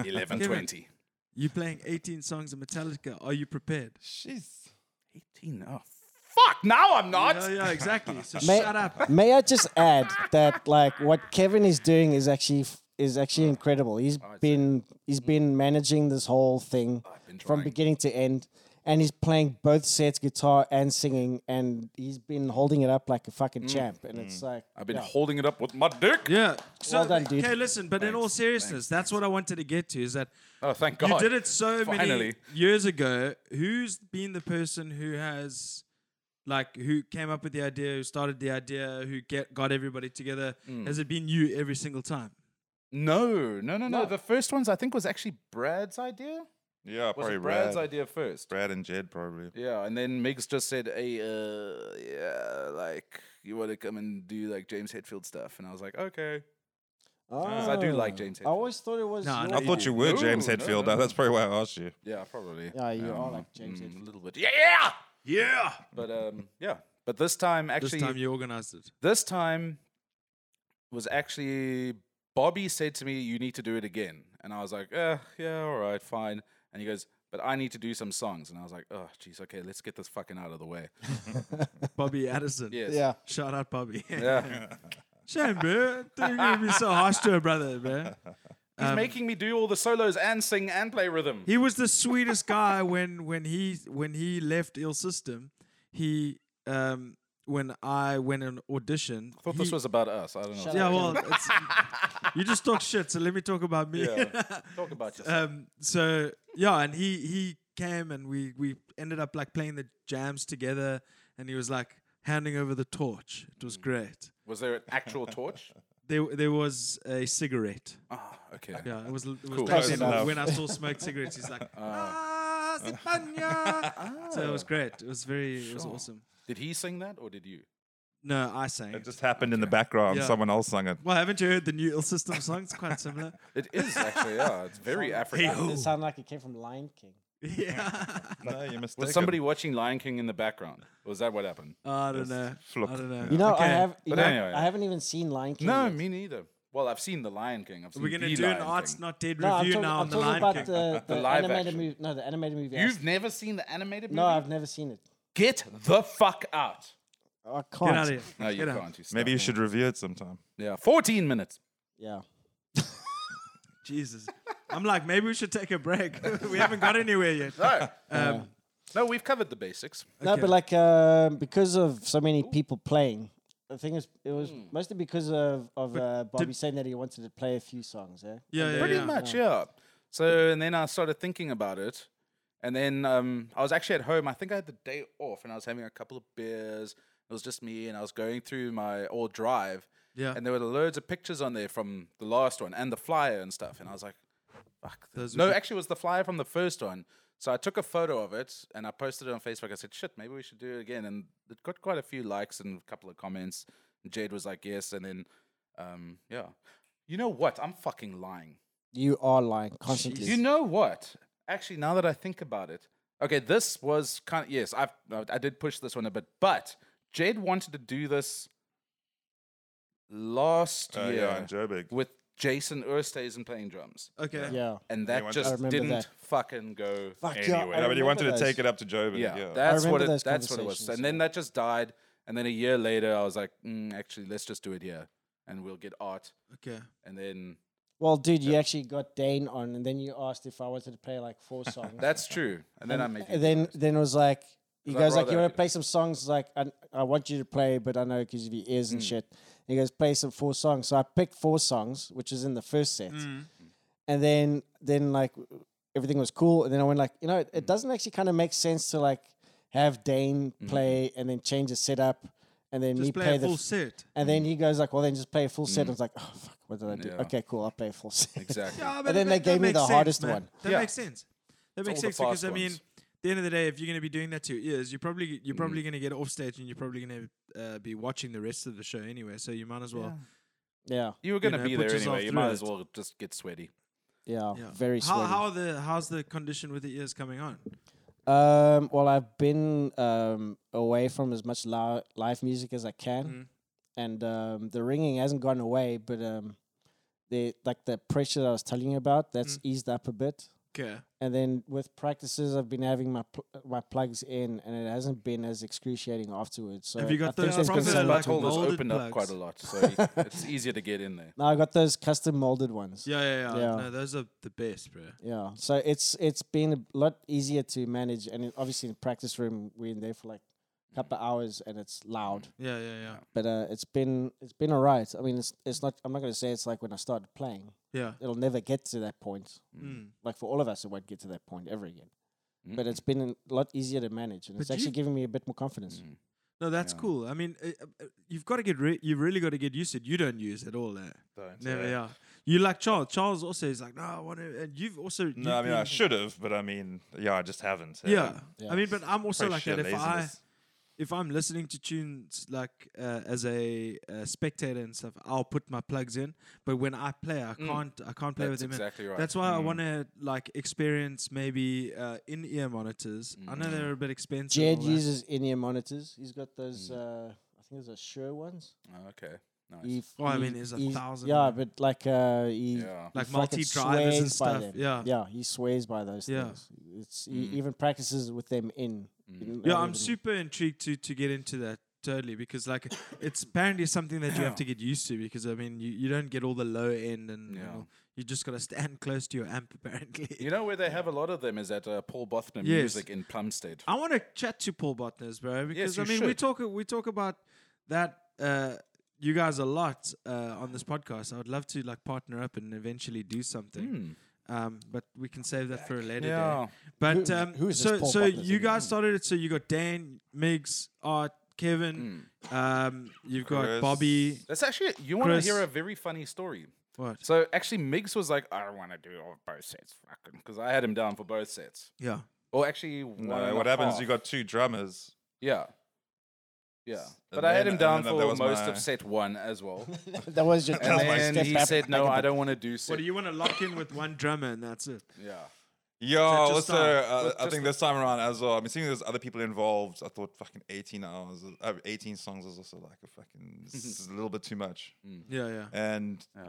[SPEAKER 1] Eleven twenty.
[SPEAKER 2] you playing 18 songs of Metallica. Are you prepared?
[SPEAKER 3] Jeez.
[SPEAKER 1] Eighteen. Oh, fuck! Now I'm not.
[SPEAKER 2] Yeah, yeah, exactly. So
[SPEAKER 4] May,
[SPEAKER 2] shut up.
[SPEAKER 4] may I just add that like what Kevin is doing is actually f- is actually incredible. He's
[SPEAKER 1] Oh,
[SPEAKER 4] been he's been managing this whole thing
[SPEAKER 1] been
[SPEAKER 4] from
[SPEAKER 1] trying.
[SPEAKER 4] beginning to end, and he's playing both sets, guitar and singing, and he's been holding it up like a fucking champ. And it's like
[SPEAKER 1] Mm, I've been
[SPEAKER 4] yeah.
[SPEAKER 1] holding it up with my dick.
[SPEAKER 2] Yeah. So,
[SPEAKER 4] Well done, dude.
[SPEAKER 2] Okay, listen, but in all seriousness, that's what I wanted to get to is that
[SPEAKER 1] Oh, thank God.
[SPEAKER 2] you did it so many
[SPEAKER 1] Finally.
[SPEAKER 2] years ago. Who's been the person who has, like, who came up with the idea, who started the idea, who get got everybody together? Has it been you every single time?
[SPEAKER 1] No, no, no, no, The first ones I think was actually Brad's idea.
[SPEAKER 3] Yeah,
[SPEAKER 1] Was
[SPEAKER 3] probably
[SPEAKER 1] it Brad's
[SPEAKER 3] Brad.
[SPEAKER 1] idea first?
[SPEAKER 3] Brad and Jed probably.
[SPEAKER 1] Yeah, and then Migs just said, "Hey, uh, yeah, like you want to come and do like James Hetfield stuff," and I was like, "Okay." Because I do like
[SPEAKER 4] Oh.
[SPEAKER 1] James
[SPEAKER 4] I always thought it was.
[SPEAKER 2] No,
[SPEAKER 4] your-
[SPEAKER 2] no,
[SPEAKER 3] I thought you were
[SPEAKER 1] Ooh,
[SPEAKER 3] James
[SPEAKER 1] no,
[SPEAKER 3] Hetfield.
[SPEAKER 1] no.
[SPEAKER 3] That's probably why I asked you.
[SPEAKER 1] Yeah, probably.
[SPEAKER 4] Yeah, you are like James
[SPEAKER 1] Mm,
[SPEAKER 4] Hetfield.
[SPEAKER 1] a little bit. Yeah, yeah, yeah. But um, yeah. But this time,
[SPEAKER 2] This
[SPEAKER 1] actually,
[SPEAKER 2] time you organized it.
[SPEAKER 1] this time was actually Bobby said to me, "You need to do it again," and I was like, "Eh, yeah, all right, fine." And he goes, "But I need to do some songs," and I was like, "Oh, jeez, okay, let's get this fucking out of the way."
[SPEAKER 2] Bobby Addison.
[SPEAKER 1] Yes.
[SPEAKER 4] Yeah.
[SPEAKER 2] Shout out, Bobby.
[SPEAKER 1] Yeah.
[SPEAKER 2] Shame, bro. You're gonna be so harsh to her brother, man.
[SPEAKER 1] He's making me do all the solos and sing and play rhythm.
[SPEAKER 2] Um, He was the sweetest guy when when he when he left Ill System. He um when I went and auditioned.
[SPEAKER 1] I thought this was about us. I don't know.
[SPEAKER 2] yeah. Well, it's, you just talk shit. So let me talk about me.
[SPEAKER 1] Talk about yourself.
[SPEAKER 2] um. So yeah, and he he came and we we ended up like playing the jams together, and he was like handing over the torch. It
[SPEAKER 1] Mm.
[SPEAKER 2] was great.
[SPEAKER 1] Was there an actual torch?
[SPEAKER 2] There there was a cigarette.
[SPEAKER 1] Ah, okay.
[SPEAKER 2] Yeah, it was. It was
[SPEAKER 3] Close
[SPEAKER 2] basically
[SPEAKER 3] enough.
[SPEAKER 2] when I still smoked cigarettes, he's like,
[SPEAKER 1] Ah.
[SPEAKER 2] "Ah, Sipanya." So it was great. It was very. It was awesome.
[SPEAKER 1] Did he sing that or did you?
[SPEAKER 2] No, I sang.
[SPEAKER 3] It
[SPEAKER 2] it.
[SPEAKER 3] just happened in the background.
[SPEAKER 2] Yeah.
[SPEAKER 3] Someone else sung it.
[SPEAKER 2] Well, haven't you heard the new Ill System song? It's quite similar.
[SPEAKER 1] It is actually. Yeah, it's very African.
[SPEAKER 4] It sounded like it came from Lion King.
[SPEAKER 2] yeah.
[SPEAKER 3] No, you mistaken.
[SPEAKER 1] Was somebody watching Lion King in the background? Was that what happened?
[SPEAKER 2] I don't know.
[SPEAKER 3] Flop.
[SPEAKER 2] I don't know.
[SPEAKER 4] You know,
[SPEAKER 2] Okay.
[SPEAKER 4] I have.
[SPEAKER 1] But
[SPEAKER 4] You know,
[SPEAKER 1] anyway.
[SPEAKER 4] I haven't even seen Lion King.
[SPEAKER 1] No,
[SPEAKER 4] yet.
[SPEAKER 1] me neither. Well, I've seen The Lion King. I've seen
[SPEAKER 2] We're gonna
[SPEAKER 1] the
[SPEAKER 2] do an
[SPEAKER 1] Lion
[SPEAKER 2] Arts
[SPEAKER 1] King.
[SPEAKER 2] Not Dead
[SPEAKER 4] No, I'm
[SPEAKER 2] review
[SPEAKER 4] talking,
[SPEAKER 2] now
[SPEAKER 4] I'm
[SPEAKER 2] on the
[SPEAKER 4] talking
[SPEAKER 2] Lion
[SPEAKER 4] about uh,
[SPEAKER 2] King.
[SPEAKER 4] the, the,
[SPEAKER 1] The live
[SPEAKER 4] animated
[SPEAKER 1] action.
[SPEAKER 4] movie. No, the animated movie.
[SPEAKER 1] You've never seen the animated movie?
[SPEAKER 4] no, I've never seen it.
[SPEAKER 1] Get the fuck out.
[SPEAKER 4] I can't.
[SPEAKER 2] Get out of here.
[SPEAKER 1] No, you
[SPEAKER 2] Get out.
[SPEAKER 1] can't. You
[SPEAKER 3] Maybe you
[SPEAKER 1] stuff.
[SPEAKER 3] should review it sometime.
[SPEAKER 1] Yeah, 14 minutes.
[SPEAKER 4] Yeah.
[SPEAKER 2] Jesus. I'm like, maybe we should take a break. we haven't got anywhere yet.
[SPEAKER 1] No,
[SPEAKER 2] Um,
[SPEAKER 1] no, we've covered the basics.
[SPEAKER 4] No,
[SPEAKER 2] Okay.
[SPEAKER 4] but like um because of so many people playing, I think it was, it was
[SPEAKER 3] Hmm.
[SPEAKER 4] mostly because of of uh, Bobby saying that he wanted to play a few songs. eh? Yeah.
[SPEAKER 2] yeah, yeah,
[SPEAKER 1] Pretty
[SPEAKER 2] yeah.
[SPEAKER 1] much, yeah. So, and then I started thinking about it. And then um, I was actually at home. I think I had the day off and I was having a couple of beers. It was just me and I was going through my old drive.
[SPEAKER 2] Yeah.
[SPEAKER 1] And there were loads of pictures on there from the last one and the flyer and stuff. And I was like, fuck. th-
[SPEAKER 2] Those were
[SPEAKER 1] No,
[SPEAKER 2] good-
[SPEAKER 1] actually, it was the flyer from the first one. So I took a photo of it and I posted it on Facebook. I said, shit, maybe we should do it again. And it got quite a few likes and a couple of comments. Jade was like, yes. And then, um, yeah. You know what? I'm fucking lying.
[SPEAKER 4] You are lying constantly.
[SPEAKER 1] You know what? Actually, now that I think about it, okay, this was kind of yes. I've I- I did push this one a bit, but Jed wanted to do this last
[SPEAKER 3] Uh, yeah,
[SPEAKER 1] year
[SPEAKER 3] in Joburg.
[SPEAKER 1] with Jason Ursta isn't playing drums,
[SPEAKER 2] Okay.
[SPEAKER 4] yeah.
[SPEAKER 1] and that
[SPEAKER 3] wants- I
[SPEAKER 1] just
[SPEAKER 4] remember
[SPEAKER 1] didn't
[SPEAKER 4] that.
[SPEAKER 1] fucking go.
[SPEAKER 4] Fuck yeah.
[SPEAKER 3] Anyway, but he wanted to take it up to Joe, but
[SPEAKER 1] Yeah,
[SPEAKER 3] yeah.
[SPEAKER 1] that's what
[SPEAKER 4] remember
[SPEAKER 1] it.
[SPEAKER 4] those
[SPEAKER 1] That's what it was.
[SPEAKER 4] conversations,
[SPEAKER 1] And then that just died. And then a year later, I was like, mm, actually, let's just do it here, and we'll get art.
[SPEAKER 2] Okay.
[SPEAKER 1] And then
[SPEAKER 4] Well, dude, you actually got Dane on, and then you asked if I wanted to play like four songs.
[SPEAKER 1] that's true. And then I made.
[SPEAKER 4] And then, then it was like, you
[SPEAKER 1] I'd
[SPEAKER 4] guys like,
[SPEAKER 1] rather
[SPEAKER 4] you want
[SPEAKER 1] have
[SPEAKER 4] to play some songs? Like, I, I want you to play, but I know because of your ears
[SPEAKER 2] Mm.
[SPEAKER 4] and shit. And you guys play some four songs. So I picked four songs, which was in the first set.
[SPEAKER 2] Mm.
[SPEAKER 4] And then, then like everything was cool. And then I went like, you know,
[SPEAKER 2] Mm.
[SPEAKER 4] it, it doesn't actually kind of make sense to like have Dane play and then change the setup and then me
[SPEAKER 2] Mm-hmm. Just
[SPEAKER 4] play,
[SPEAKER 2] play a
[SPEAKER 4] the
[SPEAKER 2] full
[SPEAKER 4] f-
[SPEAKER 2] set. Mm.
[SPEAKER 4] And then he goes like, well, then just play a full set. I was like, oh fuck, what did I do?
[SPEAKER 1] Yeah.
[SPEAKER 4] Okay, cool, I'll play a full set.
[SPEAKER 1] exactly.
[SPEAKER 2] Yeah,
[SPEAKER 4] then
[SPEAKER 2] that-
[SPEAKER 4] they
[SPEAKER 2] that
[SPEAKER 4] gave me
[SPEAKER 2] makes
[SPEAKER 4] the
[SPEAKER 2] sense,
[SPEAKER 4] hardest
[SPEAKER 2] man.
[SPEAKER 4] one.
[SPEAKER 2] That
[SPEAKER 1] Yeah.
[SPEAKER 2] makes sense. That makes
[SPEAKER 1] all the
[SPEAKER 2] sense because
[SPEAKER 1] fast
[SPEAKER 2] I mean,
[SPEAKER 1] ones.
[SPEAKER 2] at the end of the day, if you're going to be doing that to your ears, you're probably you're probably going to get off stage and you're probably going to uh, be watching the rest of the show anyway. So you might as well.
[SPEAKER 4] yeah,
[SPEAKER 1] You were going to
[SPEAKER 2] know,
[SPEAKER 1] be
[SPEAKER 2] put
[SPEAKER 1] there
[SPEAKER 2] yourself
[SPEAKER 1] anyway. You
[SPEAKER 2] through
[SPEAKER 1] might as
[SPEAKER 2] it.
[SPEAKER 1] well just get sweaty.
[SPEAKER 4] yeah, Oh,
[SPEAKER 2] yeah.
[SPEAKER 4] very
[SPEAKER 2] How,
[SPEAKER 4] sweaty.
[SPEAKER 2] how are the how's the condition with the ears coming on?
[SPEAKER 4] Um, well, I've been um, away from as much li- live music as I can,
[SPEAKER 2] Mm-hmm.
[SPEAKER 4] and um, the ringing hasn't gone away, but um, the like the pressure that I was telling you about that's
[SPEAKER 2] Mm.
[SPEAKER 4] eased up a bit.
[SPEAKER 2] Okay.
[SPEAKER 4] And then with practices, I've been having my pl- my plugs in, and it hasn't been as excruciating afterwards. So
[SPEAKER 2] Have you got
[SPEAKER 4] I think
[SPEAKER 2] those
[SPEAKER 4] there's
[SPEAKER 2] from
[SPEAKER 4] been
[SPEAKER 2] the
[SPEAKER 1] His
[SPEAKER 4] some-
[SPEAKER 2] like
[SPEAKER 1] butthole has
[SPEAKER 2] molded
[SPEAKER 1] opened up quite
[SPEAKER 2] plugs.
[SPEAKER 1] a lot, so he- it's easier to get in there.
[SPEAKER 4] No, I got those custom molded ones.
[SPEAKER 2] Yeah, yeah, yeah.
[SPEAKER 4] Yeah.
[SPEAKER 2] No, those are the best, bro.
[SPEAKER 4] Yeah, so it's it's been a lot easier to manage, and it- obviously in the practice room we're in there for like a
[SPEAKER 2] Mm-hmm.
[SPEAKER 4] couple of hours, and it's loud.
[SPEAKER 2] Yeah, yeah, yeah.
[SPEAKER 4] But uh, it's been it's been alright. I mean, it's it's not. I'm not going to say it's like when I started playing.
[SPEAKER 2] Yeah.
[SPEAKER 4] It'll never get to that point.
[SPEAKER 2] Mm.
[SPEAKER 4] Like for all of us, it won't get to that point ever again. But it's been a lot easier to manage, and it's
[SPEAKER 2] But you-
[SPEAKER 4] actually giving me a bit more confidence.
[SPEAKER 1] Mm.
[SPEAKER 2] No, that's cool. I mean, uh, uh, uh, you've got to get re- you've really got to get used to it. You don't use at all, eh?
[SPEAKER 1] Don't,
[SPEAKER 2] Never,
[SPEAKER 1] yeah.
[SPEAKER 2] yeah. You like Charles. Charles also is like, no, I want to. And you've also. you've
[SPEAKER 3] No, I mean, I
[SPEAKER 2] been-
[SPEAKER 3] should have, but I mean, yeah, I just haven't. uh,
[SPEAKER 2] Yeah.
[SPEAKER 4] Yeah.
[SPEAKER 2] I mean, but I'm also
[SPEAKER 3] probably
[SPEAKER 2] like
[SPEAKER 3] sheer
[SPEAKER 2] that. If I
[SPEAKER 3] laziness.
[SPEAKER 2] if I'm listening to tunes like uh, as a uh, spectator and stuff, I'll put my plugs in. But when I play, I can't. I can't play
[SPEAKER 1] Mm. That's
[SPEAKER 2] with them. in.
[SPEAKER 1] exactly right. Mm.
[SPEAKER 2] That's why I want to like experience maybe uh, in-ear monitors. I
[SPEAKER 1] Mm.
[SPEAKER 2] know they're a bit expensive. and
[SPEAKER 4] Jed
[SPEAKER 2] all that.
[SPEAKER 4] uses in-ear monitors. He's got those. Uh, I think those are Shure ones.
[SPEAKER 1] Oh, okay. Mm. Nice.
[SPEAKER 4] He f-
[SPEAKER 2] Oh, I
[SPEAKER 4] he-
[SPEAKER 2] mean, there's a
[SPEAKER 4] he-
[SPEAKER 2] thousand
[SPEAKER 4] Yeah,
[SPEAKER 2] of
[SPEAKER 4] but like uh, he
[SPEAKER 1] yeah.
[SPEAKER 2] like
[SPEAKER 4] fucking
[SPEAKER 2] multi-drivers and
[SPEAKER 4] swears by
[SPEAKER 2] stuff.
[SPEAKER 4] them.
[SPEAKER 2] Yeah.
[SPEAKER 4] yeah, he swears by those
[SPEAKER 2] Yeah.
[SPEAKER 4] things. It's he
[SPEAKER 1] Mm.
[SPEAKER 4] even practices with them in. in-
[SPEAKER 2] Yeah,
[SPEAKER 4] not
[SPEAKER 2] I'm
[SPEAKER 4] even-
[SPEAKER 2] super intrigued to to get into that totally because like it's apparently something that you have to get used to because I mean you, you don't get all the low end and you,
[SPEAKER 1] Yeah.
[SPEAKER 2] know, you just gotta stand close to your amp apparently.
[SPEAKER 1] You know where they have a lot of them is at uh, Paul Bothnam
[SPEAKER 2] Yes.
[SPEAKER 1] Music in Plumstead.
[SPEAKER 2] I want to chat to Paul Botners, bro, because I
[SPEAKER 1] you
[SPEAKER 2] mean we
[SPEAKER 1] should.
[SPEAKER 2] talk we talk about that uh, you guys a lot uh, on this podcast. I would love to like partner up and eventually do something. Um, but we can save that for a later
[SPEAKER 1] Yeah.
[SPEAKER 2] day. But
[SPEAKER 4] Hmm. Who-
[SPEAKER 2] um,
[SPEAKER 4] who is this
[SPEAKER 2] so
[SPEAKER 4] Paul
[SPEAKER 2] so
[SPEAKER 4] Butler's
[SPEAKER 2] you
[SPEAKER 4] again?
[SPEAKER 2] guys started it. So you got Dan, Migs, Art, Kevin.
[SPEAKER 4] Hmm.
[SPEAKER 2] Um, you've got
[SPEAKER 3] Chris.
[SPEAKER 2] Bobby.
[SPEAKER 1] That's actually you want to
[SPEAKER 2] Chris.
[SPEAKER 1] hear a very funny story.
[SPEAKER 2] What?
[SPEAKER 1] So actually, Miggs was like, "I want to do all both sets, fucking," because I had him down for both sets.
[SPEAKER 2] Yeah.
[SPEAKER 1] Or actually, one
[SPEAKER 3] No,
[SPEAKER 1] and a
[SPEAKER 3] what happens?
[SPEAKER 1] half.
[SPEAKER 3] You got two drummers.
[SPEAKER 1] yeah, yeah. But
[SPEAKER 3] and
[SPEAKER 1] I had
[SPEAKER 3] then-
[SPEAKER 1] him
[SPEAKER 3] and
[SPEAKER 1] down
[SPEAKER 3] then that
[SPEAKER 1] for
[SPEAKER 3] was
[SPEAKER 1] most
[SPEAKER 3] my-
[SPEAKER 1] of set one as well.
[SPEAKER 4] that was your.
[SPEAKER 1] and
[SPEAKER 4] that was
[SPEAKER 1] then
[SPEAKER 4] step
[SPEAKER 1] he
[SPEAKER 4] back-
[SPEAKER 1] said,
[SPEAKER 4] back
[SPEAKER 1] "No,
[SPEAKER 4] a
[SPEAKER 1] I
[SPEAKER 4] bit.
[SPEAKER 1] don't want to do set."
[SPEAKER 2] What do you want to lock in with one drummer and that's it?
[SPEAKER 1] yeah,
[SPEAKER 3] Yeah,
[SPEAKER 2] So just
[SPEAKER 3] also,
[SPEAKER 2] a-
[SPEAKER 3] uh, I
[SPEAKER 2] just
[SPEAKER 3] think this time around as well. I mean, seeing there's other people involved, I thought fucking 18 hours, uh, 18 songs is also like a fucking, this is a little bit too much.
[SPEAKER 2] Yeah, yeah.
[SPEAKER 3] And
[SPEAKER 1] yeah.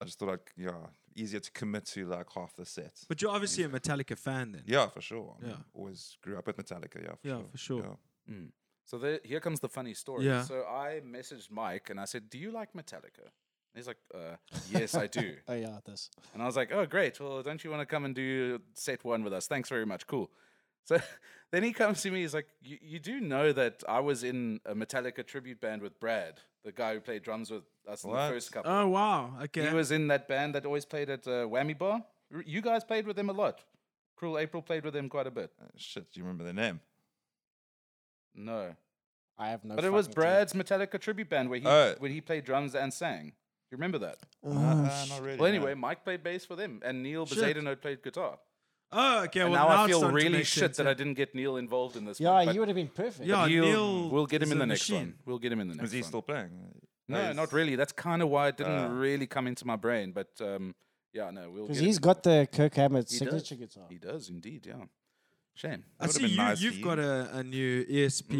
[SPEAKER 3] I just thought, like, yeah, easier to commit to like half the set.
[SPEAKER 2] But you're obviously a Metallica fan then.
[SPEAKER 3] yeah, for sure. I mean,
[SPEAKER 2] Yeah.
[SPEAKER 3] Always grew up with Metallica. Yeah, for
[SPEAKER 2] Yeah,
[SPEAKER 3] sure.
[SPEAKER 2] for sure.
[SPEAKER 1] So there, here comes the funny story.
[SPEAKER 2] Yeah.
[SPEAKER 1] So I messaged Mike and I said, "Do you like Metallica?" And he's like, uh, "Yes, I do."
[SPEAKER 4] Oh yeah, this.
[SPEAKER 1] And I was like, oh, great. Well, don't you want to come and do set one with us? Thanks very much. Cool. So then he comes to me. He's like, you you do know that I was in a Metallica tribute band with Brad, the guy who played drums with us in
[SPEAKER 3] What?
[SPEAKER 1] the first couple.
[SPEAKER 2] Oh wow. Okay.
[SPEAKER 1] he was in that band that always played at uh, Whammy Bar. R- You guys played with them a lot. Cruel April played with them quite a bit.
[SPEAKER 3] Uh, shit, do you remember the name?
[SPEAKER 1] No.
[SPEAKER 4] I have no.
[SPEAKER 1] But it was
[SPEAKER 4] fucking clue.
[SPEAKER 1] Brad's Metallica tribute band where he,
[SPEAKER 3] Oh.
[SPEAKER 1] when he played drums and sang. You remember that?
[SPEAKER 3] Uh, uh, not really.
[SPEAKER 1] Well,
[SPEAKER 3] no.
[SPEAKER 1] anyway, Mike played bass for them, and Neil
[SPEAKER 2] Shit.
[SPEAKER 1] Bezadeno played guitar.
[SPEAKER 2] Oh, okay.
[SPEAKER 1] And now,
[SPEAKER 2] well,
[SPEAKER 1] I
[SPEAKER 2] it's
[SPEAKER 1] feel
[SPEAKER 2] starting to
[SPEAKER 1] really
[SPEAKER 2] make
[SPEAKER 1] shit
[SPEAKER 2] sense,
[SPEAKER 1] that
[SPEAKER 2] yeah.
[SPEAKER 1] I didn't get Neil involved in this.
[SPEAKER 4] Yeah,
[SPEAKER 1] one, but
[SPEAKER 4] you would have been perfect.
[SPEAKER 2] Yeah,
[SPEAKER 1] Neil-
[SPEAKER 2] Neil
[SPEAKER 1] We'll get him
[SPEAKER 2] is
[SPEAKER 1] in
[SPEAKER 2] a
[SPEAKER 1] the next one.
[SPEAKER 2] machine.
[SPEAKER 1] We'll get him in the next
[SPEAKER 3] Is he
[SPEAKER 1] one.
[SPEAKER 3] still playing?
[SPEAKER 1] no,
[SPEAKER 3] he's-
[SPEAKER 1] not really. That's kind of why it didn't
[SPEAKER 2] Uh.
[SPEAKER 3] Ah.
[SPEAKER 1] really come into my brain. But um, yeah, no, we'll.
[SPEAKER 4] because
[SPEAKER 1] get him
[SPEAKER 4] he's
[SPEAKER 1] in.
[SPEAKER 4] got the Kirk Hammett
[SPEAKER 1] He does.
[SPEAKER 4] signature guitar.
[SPEAKER 1] He does indeed. Yeah, shame.
[SPEAKER 2] I
[SPEAKER 3] would've
[SPEAKER 2] see
[SPEAKER 3] been
[SPEAKER 2] you.
[SPEAKER 3] nice for
[SPEAKER 2] you've
[SPEAKER 3] you.
[SPEAKER 2] got a, a new ESP.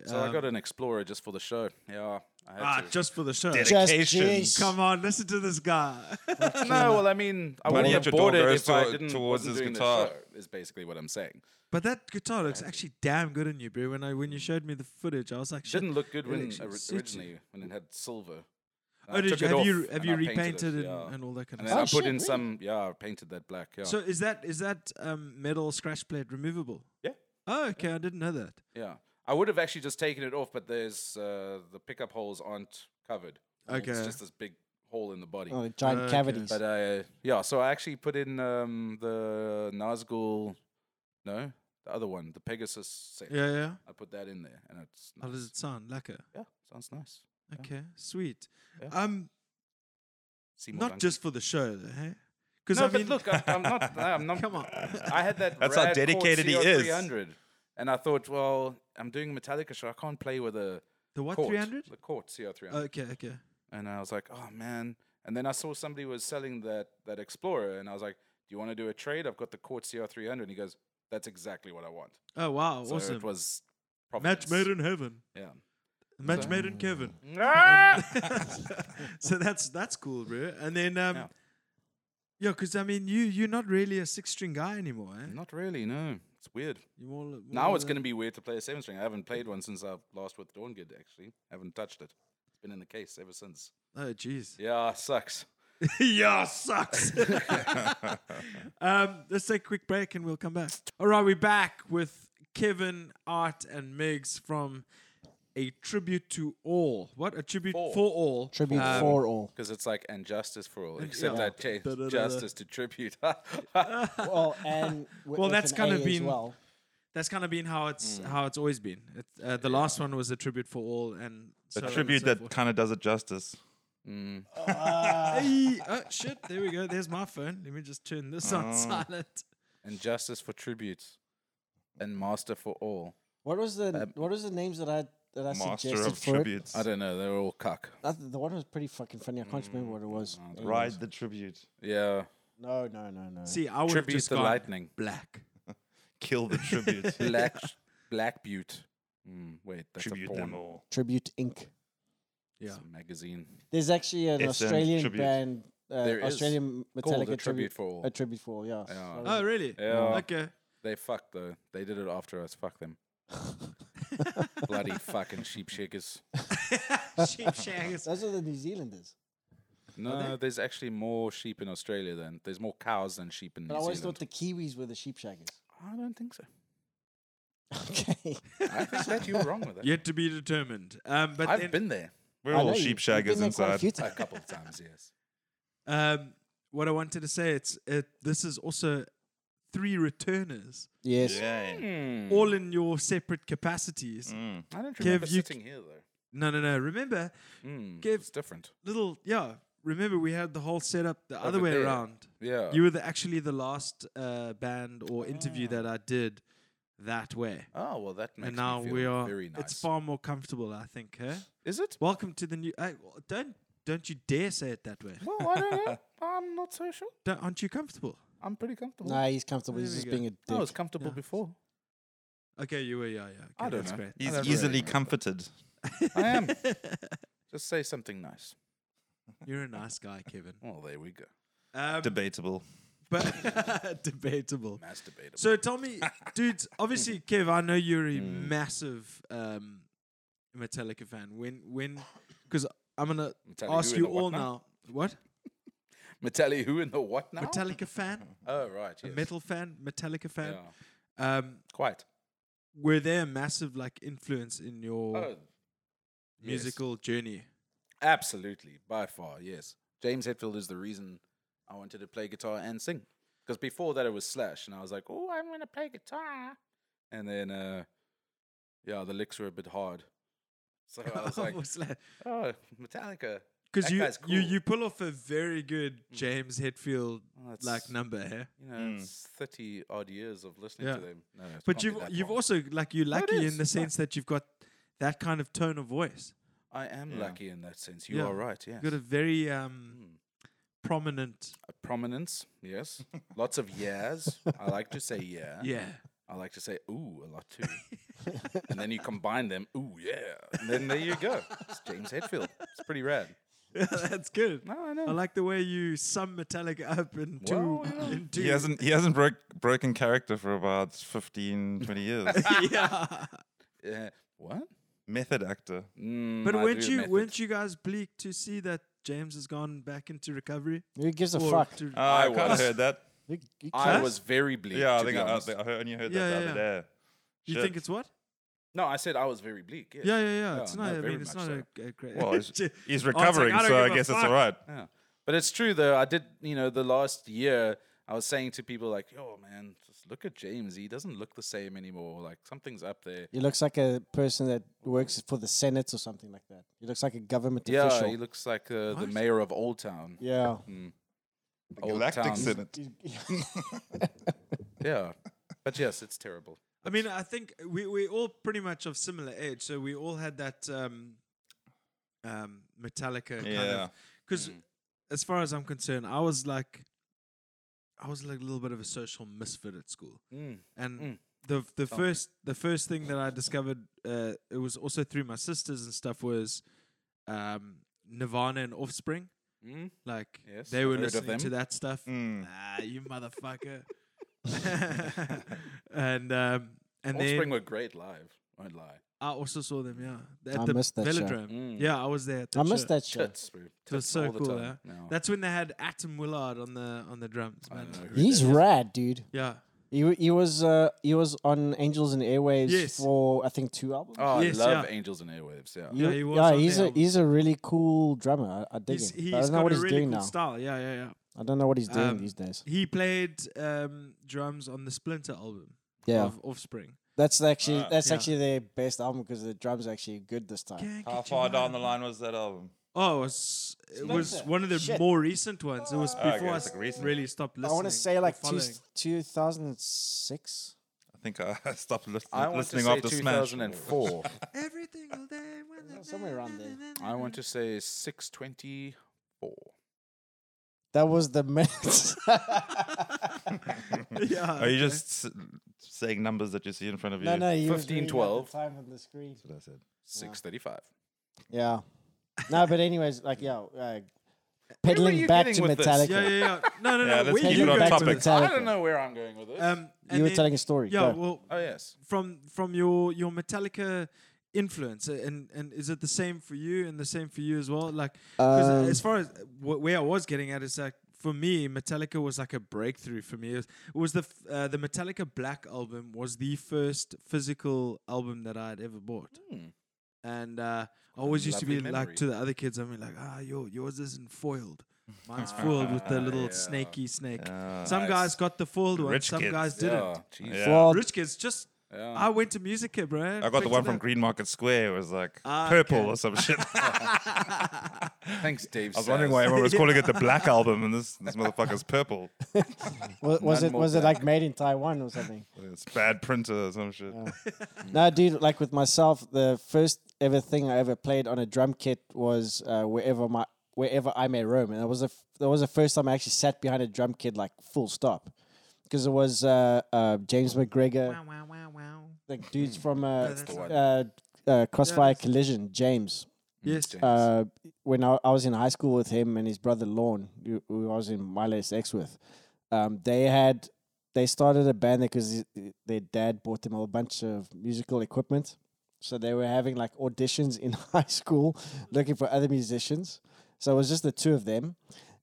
[SPEAKER 1] Mm. So I
[SPEAKER 2] um,
[SPEAKER 1] got an Explorer just for the show. Yeah, I had
[SPEAKER 2] Ah,
[SPEAKER 1] to.
[SPEAKER 2] just for the show.
[SPEAKER 3] Dedic-
[SPEAKER 4] Just
[SPEAKER 3] Dedication.
[SPEAKER 4] Jace.
[SPEAKER 2] Come on, listen to this guy.
[SPEAKER 1] no, well, I mean, I wouldn't
[SPEAKER 3] Money at
[SPEAKER 1] have
[SPEAKER 3] your
[SPEAKER 1] bought
[SPEAKER 3] door
[SPEAKER 1] it
[SPEAKER 3] goes
[SPEAKER 1] if I
[SPEAKER 3] to-
[SPEAKER 1] didn't
[SPEAKER 3] towards
[SPEAKER 1] wasn't
[SPEAKER 3] his
[SPEAKER 1] doing the
[SPEAKER 3] guitar.
[SPEAKER 1] show, Is basically what I'm saying.
[SPEAKER 2] but that guitar looks actually damn good in you, bro. When I when you showed me the footage, I was like, shit.
[SPEAKER 1] Didn't look good
[SPEAKER 2] it
[SPEAKER 1] when
[SPEAKER 2] actually
[SPEAKER 1] ori-
[SPEAKER 2] suits you.
[SPEAKER 1] originally when it had silver. And
[SPEAKER 2] Oh,
[SPEAKER 1] I
[SPEAKER 2] did
[SPEAKER 1] took
[SPEAKER 2] you,
[SPEAKER 1] it
[SPEAKER 2] have you
[SPEAKER 1] off
[SPEAKER 2] have
[SPEAKER 1] and
[SPEAKER 2] you
[SPEAKER 1] I painted
[SPEAKER 2] repainted it,
[SPEAKER 1] yeah.
[SPEAKER 2] and, and all that kind
[SPEAKER 1] And
[SPEAKER 2] of
[SPEAKER 1] then
[SPEAKER 4] Oh,
[SPEAKER 1] I
[SPEAKER 2] stuff?
[SPEAKER 1] put
[SPEAKER 4] shit,
[SPEAKER 1] in
[SPEAKER 4] really?
[SPEAKER 1] some. Yeah, I painted that black. Yeah,
[SPEAKER 2] So is that is that um, metal scratch plate removable?
[SPEAKER 1] Yeah.
[SPEAKER 2] Oh, okay. I didn't know that.
[SPEAKER 1] yeah. I would have actually just taken it off, but there's uh, the pickup holes aren't covered.
[SPEAKER 2] Okay.
[SPEAKER 1] it's just this big hole in the body.
[SPEAKER 4] Oh, the giant
[SPEAKER 2] Okay.
[SPEAKER 4] cavities.
[SPEAKER 1] But uh, yeah, so I actually put in um, the Nazgul, no, the other one, the Pegasus set.
[SPEAKER 2] Yeah, yeah.
[SPEAKER 1] I put that in there, and it's
[SPEAKER 2] How
[SPEAKER 1] nice.
[SPEAKER 2] does it sound? Lacquer.
[SPEAKER 1] yeah, sounds nice.
[SPEAKER 2] Okay, sweet.
[SPEAKER 1] Yeah.
[SPEAKER 2] Um,
[SPEAKER 1] Seymour
[SPEAKER 2] not
[SPEAKER 1] Duncan.
[SPEAKER 2] just for the show, though, hey? Because
[SPEAKER 1] no,
[SPEAKER 2] I mean,
[SPEAKER 1] but look, I, I'm not. I'm not.
[SPEAKER 2] come on.
[SPEAKER 1] I had that.
[SPEAKER 3] That's how
[SPEAKER 1] rad Korg
[SPEAKER 3] dedicated he is.
[SPEAKER 1] CR300, and I thought, well, I'm doing a Metallica show. I can't play with a
[SPEAKER 2] The what?
[SPEAKER 1] Court,
[SPEAKER 2] Three hundred?
[SPEAKER 1] The Court CR300.
[SPEAKER 2] Okay, okay.
[SPEAKER 1] and I was like, oh man. And then I saw somebody was selling that that Explorer, and I was like, do you want to do a trade? I've got the Court CR300. And he goes, that's exactly what I want.
[SPEAKER 2] Oh wow,
[SPEAKER 1] So
[SPEAKER 2] awesome.
[SPEAKER 1] it was
[SPEAKER 2] Match
[SPEAKER 1] providence.
[SPEAKER 2] made in heaven.
[SPEAKER 1] Yeah.
[SPEAKER 2] Match made in Kevin.
[SPEAKER 1] Ah!
[SPEAKER 2] so that's that's cool, bro. And then um, yeah,
[SPEAKER 1] Yeah.
[SPEAKER 2] because I mean, you you're not really a six string guy anymore. Eh?
[SPEAKER 1] Not really. No, it's weird.
[SPEAKER 2] You more, more
[SPEAKER 1] Now it's
[SPEAKER 2] uh,
[SPEAKER 1] going to be weird to play a seven string. I haven't played one since I last with Dawnguard. Actually, I haven't touched it. It's been in the case ever since.
[SPEAKER 2] Oh jeez.
[SPEAKER 1] Yeah, sucks.
[SPEAKER 2] yeah, sucks. um, let's take a quick break and we'll come back. All right, we're back with Kevin, Art, and Migs from a tribute to all. What a tribute for,
[SPEAKER 1] For.
[SPEAKER 2] all.
[SPEAKER 4] Tribute
[SPEAKER 2] Um,
[SPEAKER 4] for all.
[SPEAKER 1] Because it's like and justice for all, except
[SPEAKER 2] yeah.
[SPEAKER 1] I changed
[SPEAKER 2] Da, da, da, da.
[SPEAKER 1] justice to tribute.
[SPEAKER 4] Well, and w-
[SPEAKER 2] Well,
[SPEAKER 4] with
[SPEAKER 2] that's
[SPEAKER 4] an
[SPEAKER 2] kinda
[SPEAKER 4] A as
[SPEAKER 2] been-
[SPEAKER 4] well.
[SPEAKER 2] That's kind of been how it's
[SPEAKER 1] Mm.
[SPEAKER 2] how it's always been. It, uh, the last one was a tribute for all, and so
[SPEAKER 3] A
[SPEAKER 2] on and
[SPEAKER 3] tribute
[SPEAKER 2] so
[SPEAKER 3] that
[SPEAKER 2] forth.
[SPEAKER 3] kind of does it justice.
[SPEAKER 2] Hey, oh shit! There we go. There's my phone. Let me just turn this
[SPEAKER 1] Oh.
[SPEAKER 2] on silent.
[SPEAKER 1] and justice for tributes, and master for all.
[SPEAKER 4] What was the what was the names that I that I
[SPEAKER 3] Master
[SPEAKER 4] suggested
[SPEAKER 3] of
[SPEAKER 4] for it?
[SPEAKER 3] tributes.
[SPEAKER 1] I don't know. They're all cuck.
[SPEAKER 4] I th- the one was pretty fucking funny. I can't remember what it was.
[SPEAKER 1] Mm.
[SPEAKER 3] Ride the tribute.
[SPEAKER 1] Yeah,
[SPEAKER 4] No, no, no, no.
[SPEAKER 2] See, I would have
[SPEAKER 1] tribute
[SPEAKER 2] just
[SPEAKER 1] the
[SPEAKER 2] gone
[SPEAKER 1] lightning,
[SPEAKER 2] black.
[SPEAKER 3] Kill the tribute.
[SPEAKER 1] black, black butte. Mm, wait, that's a
[SPEAKER 3] tribute
[SPEAKER 1] porn.
[SPEAKER 3] them all.
[SPEAKER 4] Tribute Inc.
[SPEAKER 1] It's a magazine.
[SPEAKER 4] There's actually an
[SPEAKER 3] It's an
[SPEAKER 4] Australian
[SPEAKER 3] tribute.
[SPEAKER 4] band, uh,
[SPEAKER 1] There is
[SPEAKER 4] Australian
[SPEAKER 1] Called
[SPEAKER 4] Metallica
[SPEAKER 1] a tribute for all.
[SPEAKER 4] a tribute for all, yeah.
[SPEAKER 1] Yeah.
[SPEAKER 2] Oh really?
[SPEAKER 1] Yeah.
[SPEAKER 2] Okay.
[SPEAKER 1] They fucked though. They did it after us. Fuck them. Bloody fucking sheep shakers.
[SPEAKER 2] Sheep shaggers.
[SPEAKER 4] Those are the New Zealanders.
[SPEAKER 1] No, there's actually more sheep in Australia than there's more cows than sheep in New
[SPEAKER 4] But I always
[SPEAKER 1] Zealand.
[SPEAKER 4] thought the Kiwis were the sheep shaggers.
[SPEAKER 1] I don't think so.
[SPEAKER 4] Okay.
[SPEAKER 1] I think that you were wrong with it.
[SPEAKER 2] Yet to be determined. Um, but
[SPEAKER 1] I've
[SPEAKER 2] then,
[SPEAKER 1] been there
[SPEAKER 3] We're
[SPEAKER 4] I
[SPEAKER 3] all
[SPEAKER 4] know you-
[SPEAKER 3] sheep
[SPEAKER 4] you've been
[SPEAKER 3] shaggers
[SPEAKER 4] there quite a
[SPEAKER 3] inside.
[SPEAKER 4] few
[SPEAKER 1] a
[SPEAKER 4] times.
[SPEAKER 1] couple of times. Yes.
[SPEAKER 2] um, what I wanted to say, it's it. This is also three returners,
[SPEAKER 4] Yes.
[SPEAKER 3] Yeah.
[SPEAKER 1] Hmm. Mm.
[SPEAKER 2] all in your separate capacities.
[SPEAKER 3] Mm.
[SPEAKER 1] I don't remember
[SPEAKER 2] you c-
[SPEAKER 1] sitting here though.
[SPEAKER 2] No, no, no. Remember,
[SPEAKER 1] Mm,
[SPEAKER 2] Kev-
[SPEAKER 1] it's different.
[SPEAKER 2] little yeah. Remember, we had the whole setup the other way
[SPEAKER 1] there.
[SPEAKER 2] around.
[SPEAKER 1] Yeah.
[SPEAKER 2] You were the, actually the last uh, band or interview that I did that way.
[SPEAKER 1] oh well, that Ah. makes
[SPEAKER 2] and now
[SPEAKER 1] me feel
[SPEAKER 2] we are.
[SPEAKER 1] very nice.
[SPEAKER 2] It's far more comfortable, I think. Huh?
[SPEAKER 1] Is it?
[SPEAKER 2] Welcome to the new. I, don't don't you dare say it that way.
[SPEAKER 1] Well, I don't know. I'm not so sure.
[SPEAKER 2] Don't, aren't you comfortable?
[SPEAKER 1] I'm pretty comfortable.
[SPEAKER 4] Nah, he's comfortable.
[SPEAKER 2] There
[SPEAKER 4] He's
[SPEAKER 2] we
[SPEAKER 4] just
[SPEAKER 2] go.
[SPEAKER 4] being a dick.
[SPEAKER 1] I was comfortable
[SPEAKER 2] Yeah.
[SPEAKER 1] before.
[SPEAKER 2] Okay, you were. Yeah, yeah. Okay,
[SPEAKER 1] I don't
[SPEAKER 2] that's
[SPEAKER 1] know.
[SPEAKER 2] great.
[SPEAKER 1] I
[SPEAKER 3] He's
[SPEAKER 1] don't
[SPEAKER 3] easily
[SPEAKER 1] really
[SPEAKER 3] comforted.
[SPEAKER 1] I am. Just say something nice.
[SPEAKER 2] You're a nice guy, Kevin.
[SPEAKER 1] Well, there we go.
[SPEAKER 2] Um,
[SPEAKER 3] Debatable.
[SPEAKER 2] but debatable.
[SPEAKER 1] Masturbated.
[SPEAKER 2] So tell me, dudes. Obviously, Kev, I know you're a
[SPEAKER 1] Mm.
[SPEAKER 2] massive um, Metallica fan. When when? Because I'm gonna
[SPEAKER 1] Metallica
[SPEAKER 2] ask
[SPEAKER 1] who
[SPEAKER 2] you
[SPEAKER 1] and the
[SPEAKER 2] all
[SPEAKER 1] what
[SPEAKER 2] now.
[SPEAKER 1] now?
[SPEAKER 2] What
[SPEAKER 1] Metallica who in the what now?
[SPEAKER 2] Metallica fan?
[SPEAKER 1] Oh right, yes.
[SPEAKER 2] Metal fan? Metallica fan?
[SPEAKER 1] Yeah.
[SPEAKER 2] Um,
[SPEAKER 1] Quite.
[SPEAKER 2] were they a massive like influence in your
[SPEAKER 1] Oh,
[SPEAKER 2] musical journey?
[SPEAKER 1] absolutely, by far, yes. James Hetfield is the reason I wanted to play guitar and sing. Because before that, it was Slash, and I was like, "Oh, I'm gonna play guitar," and then, uh, yeah, the licks were a bit hard, so I was like, "Oh, Metallica."
[SPEAKER 2] Because
[SPEAKER 1] That
[SPEAKER 2] you,
[SPEAKER 1] guy's
[SPEAKER 2] you
[SPEAKER 1] cool.
[SPEAKER 2] you pull off a very good James Hetfield
[SPEAKER 1] Well, that's-
[SPEAKER 2] like number eh? here,
[SPEAKER 1] You know, it's thirty odd years of listening
[SPEAKER 2] Yeah.
[SPEAKER 1] to them. No, it's
[SPEAKER 2] but
[SPEAKER 1] can't be
[SPEAKER 2] you've
[SPEAKER 1] that
[SPEAKER 2] you've
[SPEAKER 1] long.
[SPEAKER 2] also like you're lucky in
[SPEAKER 1] is,
[SPEAKER 2] the
[SPEAKER 1] yeah.
[SPEAKER 2] sense that you've got that kind of tone of voice.
[SPEAKER 1] I am lucky in that sense. You
[SPEAKER 2] Yeah.
[SPEAKER 1] are right. Yes.
[SPEAKER 2] You've got a very um,
[SPEAKER 1] Hmm.
[SPEAKER 2] prominent
[SPEAKER 1] prominence. Yes. Lots of yes. I like to say yeah.
[SPEAKER 2] yeah.
[SPEAKER 1] I like to say ooh a lot too. and then you combine them, ooh yeah. And then there you go. It's James Hetfield. It's pretty rad.
[SPEAKER 2] Yeah, that's good.
[SPEAKER 1] No, I know.
[SPEAKER 2] I like the way you sum Metallica up in two.
[SPEAKER 1] Well, yeah.
[SPEAKER 2] in two.
[SPEAKER 3] He hasn't he hasn't broke broken character for about 15, 20 years.
[SPEAKER 2] yeah.
[SPEAKER 1] Yeah. Uh, What?
[SPEAKER 3] Method actor.
[SPEAKER 1] Mm,
[SPEAKER 2] But
[SPEAKER 1] I
[SPEAKER 2] weren't
[SPEAKER 1] do
[SPEAKER 2] you
[SPEAKER 1] method.
[SPEAKER 2] weren't you guys bleak to see that James has gone back into recovery?
[SPEAKER 4] Who gives a
[SPEAKER 2] Or
[SPEAKER 4] fuck?
[SPEAKER 2] to-
[SPEAKER 3] Oh, I,
[SPEAKER 1] I
[SPEAKER 3] kind of
[SPEAKER 1] was.
[SPEAKER 3] heard that.
[SPEAKER 4] Who- who
[SPEAKER 1] I
[SPEAKER 4] cares?
[SPEAKER 1] was very bleak.
[SPEAKER 3] Yeah, I
[SPEAKER 1] to
[SPEAKER 3] think
[SPEAKER 1] be
[SPEAKER 3] I, I,
[SPEAKER 1] honest.
[SPEAKER 3] think I heard, only heard
[SPEAKER 2] Yeah,
[SPEAKER 3] that
[SPEAKER 2] yeah,
[SPEAKER 3] the other day.
[SPEAKER 2] you
[SPEAKER 3] Shit.
[SPEAKER 2] think it's what?
[SPEAKER 1] No, I said I was very bleak. yes.
[SPEAKER 2] Yeah, yeah, yeah.
[SPEAKER 1] Yeah,
[SPEAKER 2] it's
[SPEAKER 1] no,
[SPEAKER 2] not. I
[SPEAKER 1] very
[SPEAKER 2] mean, it's
[SPEAKER 1] much
[SPEAKER 2] not
[SPEAKER 1] so.
[SPEAKER 2] a, a great.
[SPEAKER 3] Well, he's,
[SPEAKER 2] J-
[SPEAKER 3] he's
[SPEAKER 2] like, I
[SPEAKER 3] recovering,
[SPEAKER 2] don't
[SPEAKER 3] so I
[SPEAKER 2] give a
[SPEAKER 3] guess it's
[SPEAKER 2] fuck.
[SPEAKER 3] all right.
[SPEAKER 1] Yeah. But it's true though. I did, you know, the last year I was saying to people like, "Yo, man, just look at James. He doesn't look the same anymore. Like something's up there."
[SPEAKER 4] He looks like a person that works for the Senate or something like that. He looks like a government
[SPEAKER 1] Yeah,
[SPEAKER 4] official.
[SPEAKER 1] he looks like uh, the
[SPEAKER 2] What?
[SPEAKER 1] mayor of Old Town.
[SPEAKER 4] yeah.
[SPEAKER 1] Old
[SPEAKER 3] Galactic
[SPEAKER 1] Town.
[SPEAKER 3] Senate.
[SPEAKER 1] Yeah. But yes, it's terrible.
[SPEAKER 2] I mean, I think we we all pretty much of similar age, so we all had that um, um, Metallica kind
[SPEAKER 3] Yeah.
[SPEAKER 2] of. Because
[SPEAKER 1] Mm.
[SPEAKER 2] as far as I'm concerned, I was like, I was like a little bit of a social misfit at school, and
[SPEAKER 1] Mm.
[SPEAKER 2] the the
[SPEAKER 1] Tell me.
[SPEAKER 2] first the first thing that I discovered, uh, it was also through my sisters and stuff, was um, Nirvana and Offspring.
[SPEAKER 1] Mm.
[SPEAKER 2] Like
[SPEAKER 1] Yes,
[SPEAKER 2] they
[SPEAKER 1] I've
[SPEAKER 2] were
[SPEAKER 1] heard of
[SPEAKER 2] listening to
[SPEAKER 1] them.
[SPEAKER 2] that stuff.
[SPEAKER 3] Mm.
[SPEAKER 2] Ah, you motherfucker! and um, and
[SPEAKER 1] Offspring
[SPEAKER 2] then
[SPEAKER 1] were great live. Won't lie.
[SPEAKER 2] I also saw them. Yeah, at
[SPEAKER 4] I
[SPEAKER 2] the
[SPEAKER 4] missed that show.
[SPEAKER 2] Velodrome.
[SPEAKER 1] Mm.
[SPEAKER 2] Yeah, I was there. At the
[SPEAKER 4] I missed
[SPEAKER 2] show.
[SPEAKER 4] that shit.
[SPEAKER 1] Tits, bro.
[SPEAKER 2] It was
[SPEAKER 1] Tits
[SPEAKER 2] so
[SPEAKER 1] all the
[SPEAKER 2] cool.
[SPEAKER 1] time.
[SPEAKER 2] eh?
[SPEAKER 1] No.
[SPEAKER 2] That's when they had Atom Willard on the on the drums.
[SPEAKER 1] I
[SPEAKER 2] Man.
[SPEAKER 1] don't know who
[SPEAKER 4] He's
[SPEAKER 1] that is.
[SPEAKER 4] rad, dude.
[SPEAKER 2] Yeah,
[SPEAKER 4] He wa- he was uh, he was on Angels and Airwaves
[SPEAKER 2] Yes.
[SPEAKER 4] for I think two albums.
[SPEAKER 1] Oh,
[SPEAKER 2] Yes,
[SPEAKER 1] I love
[SPEAKER 2] yeah.
[SPEAKER 1] Angels and Airwaves. Yeah.
[SPEAKER 2] Yeah, he was
[SPEAKER 4] yeah,
[SPEAKER 2] on
[SPEAKER 4] he's
[SPEAKER 2] the
[SPEAKER 4] a
[SPEAKER 2] album.
[SPEAKER 4] he's a really cool drummer. I, I dig
[SPEAKER 2] he's
[SPEAKER 4] him. but
[SPEAKER 2] he's
[SPEAKER 4] I don't know
[SPEAKER 2] got
[SPEAKER 4] what
[SPEAKER 2] a
[SPEAKER 4] he's
[SPEAKER 2] really
[SPEAKER 4] doing
[SPEAKER 2] cool
[SPEAKER 4] now.
[SPEAKER 2] style. Yeah, yeah, yeah.
[SPEAKER 4] I don't know what he's doing
[SPEAKER 2] Um,
[SPEAKER 4] these days.
[SPEAKER 2] He played um, drums on the Splinter album
[SPEAKER 4] Yeah,
[SPEAKER 2] of Offspring.
[SPEAKER 4] that's actually
[SPEAKER 3] Ah.
[SPEAKER 4] that's
[SPEAKER 2] Uh, Yeah.
[SPEAKER 4] actually their best album because the drums are actually good this time.
[SPEAKER 2] Can't
[SPEAKER 3] How
[SPEAKER 2] get you
[SPEAKER 3] far
[SPEAKER 2] out.
[SPEAKER 3] down the line was that album?
[SPEAKER 2] Oh, it was, it was
[SPEAKER 4] Splinter.
[SPEAKER 2] one of the
[SPEAKER 4] Shit.
[SPEAKER 2] more recent ones. It was
[SPEAKER 3] Oh, okay,
[SPEAKER 2] before I
[SPEAKER 3] it's
[SPEAKER 2] s-
[SPEAKER 3] like recent.
[SPEAKER 2] really stopped
[SPEAKER 4] I
[SPEAKER 2] listening.
[SPEAKER 4] want to say like two,
[SPEAKER 2] two.
[SPEAKER 4] two thousand six.
[SPEAKER 3] I think I stopped listen,
[SPEAKER 1] I want to
[SPEAKER 3] listening
[SPEAKER 1] say
[SPEAKER 3] after Smash.
[SPEAKER 1] 2004.
[SPEAKER 2] Every single day. when the
[SPEAKER 4] somewhere around there.
[SPEAKER 1] I want to say 624.
[SPEAKER 4] That was the minutes.
[SPEAKER 2] yeah.
[SPEAKER 3] Are you
[SPEAKER 2] okay.
[SPEAKER 3] just s- saying numbers that you see in front of you?
[SPEAKER 4] no, no, you
[SPEAKER 1] 15, 12.
[SPEAKER 4] time on the screen.
[SPEAKER 3] That's what I said.
[SPEAKER 1] 635.
[SPEAKER 4] Yeah. No, but anyways, like yeah, uh,
[SPEAKER 1] were
[SPEAKER 4] peddling
[SPEAKER 1] you
[SPEAKER 4] back to
[SPEAKER 1] getting with this?
[SPEAKER 4] Metallica.
[SPEAKER 2] Yeah, yeah, yeah. No, no, no.
[SPEAKER 3] Yeah, let's
[SPEAKER 2] where
[SPEAKER 3] keep
[SPEAKER 2] you
[SPEAKER 3] it on
[SPEAKER 2] guys-
[SPEAKER 4] back to
[SPEAKER 3] topic.
[SPEAKER 4] Metallica.
[SPEAKER 1] I don't know where I'm going with this.
[SPEAKER 2] Um, and
[SPEAKER 4] You were
[SPEAKER 2] then-
[SPEAKER 4] telling a story.
[SPEAKER 2] Yeah.
[SPEAKER 4] Go.
[SPEAKER 2] Well,
[SPEAKER 1] oh, yes.
[SPEAKER 2] from from your your Metallica influence, uh, and and is it the same for you and the same for you as well? Like, 'cause, uh,
[SPEAKER 4] Um,
[SPEAKER 2] as far as wh- where I was getting at is like for me, Metallica was like a breakthrough for me. It was, it was the f- uh, the Metallica Black album was the first physical album that I had ever bought. And uh, I always used to be
[SPEAKER 1] lovely
[SPEAKER 2] like
[SPEAKER 1] memory.
[SPEAKER 2] to the other kids. I mean, like, ah, yo, yours isn't foiled. Mine's foiled with the little
[SPEAKER 1] Yeah.
[SPEAKER 2] snaky snake.
[SPEAKER 3] Ah.
[SPEAKER 2] some
[SPEAKER 1] Nice.
[SPEAKER 2] guys got the foiled one.
[SPEAKER 3] Rich
[SPEAKER 2] some
[SPEAKER 3] kids.
[SPEAKER 2] guys
[SPEAKER 1] Yeah.
[SPEAKER 2] didn't.
[SPEAKER 1] Ah, jeez.
[SPEAKER 3] Yeah.
[SPEAKER 4] Well,
[SPEAKER 2] Rich kids just.
[SPEAKER 1] Yeah.
[SPEAKER 2] I went to music here, bro.
[SPEAKER 3] I got the one from Green Market Square. It was like
[SPEAKER 2] Ah,
[SPEAKER 3] purple
[SPEAKER 2] okay.
[SPEAKER 3] or some shit. I
[SPEAKER 1] Thanks, Dave.
[SPEAKER 3] was wondering
[SPEAKER 1] Saz.
[SPEAKER 3] why everyone was calling it the Black Album, and this this motherfucker's purple.
[SPEAKER 4] Wa- was
[SPEAKER 1] None
[SPEAKER 4] it
[SPEAKER 1] more
[SPEAKER 4] was it
[SPEAKER 1] black.
[SPEAKER 4] like made in Taiwan or something?
[SPEAKER 3] It's bad printer or some shit.
[SPEAKER 4] no, dude. Like with myself, the first ever thing I ever played on a drum kit was uh, wherever my wherever I may roam, and that was the f- that was the first time I actually sat behind a drum kit like full stop, because it was uh, uh, James McGregor,
[SPEAKER 2] Wow, wow, wow, wow.
[SPEAKER 4] the dudes from uh,
[SPEAKER 2] that's the
[SPEAKER 1] one.
[SPEAKER 4] uh, uh, Crossfire
[SPEAKER 2] that's-
[SPEAKER 4] Collision, James.
[SPEAKER 2] Yes.
[SPEAKER 4] uh, when I, I was in high school with him and his brother Lorne, who, who I was in my latest ex with, um, they had they started a band because their dad bought them a whole bunch of musical equipment. So they were having like auditions in high school, looking for other musicians. So it was just the two of them,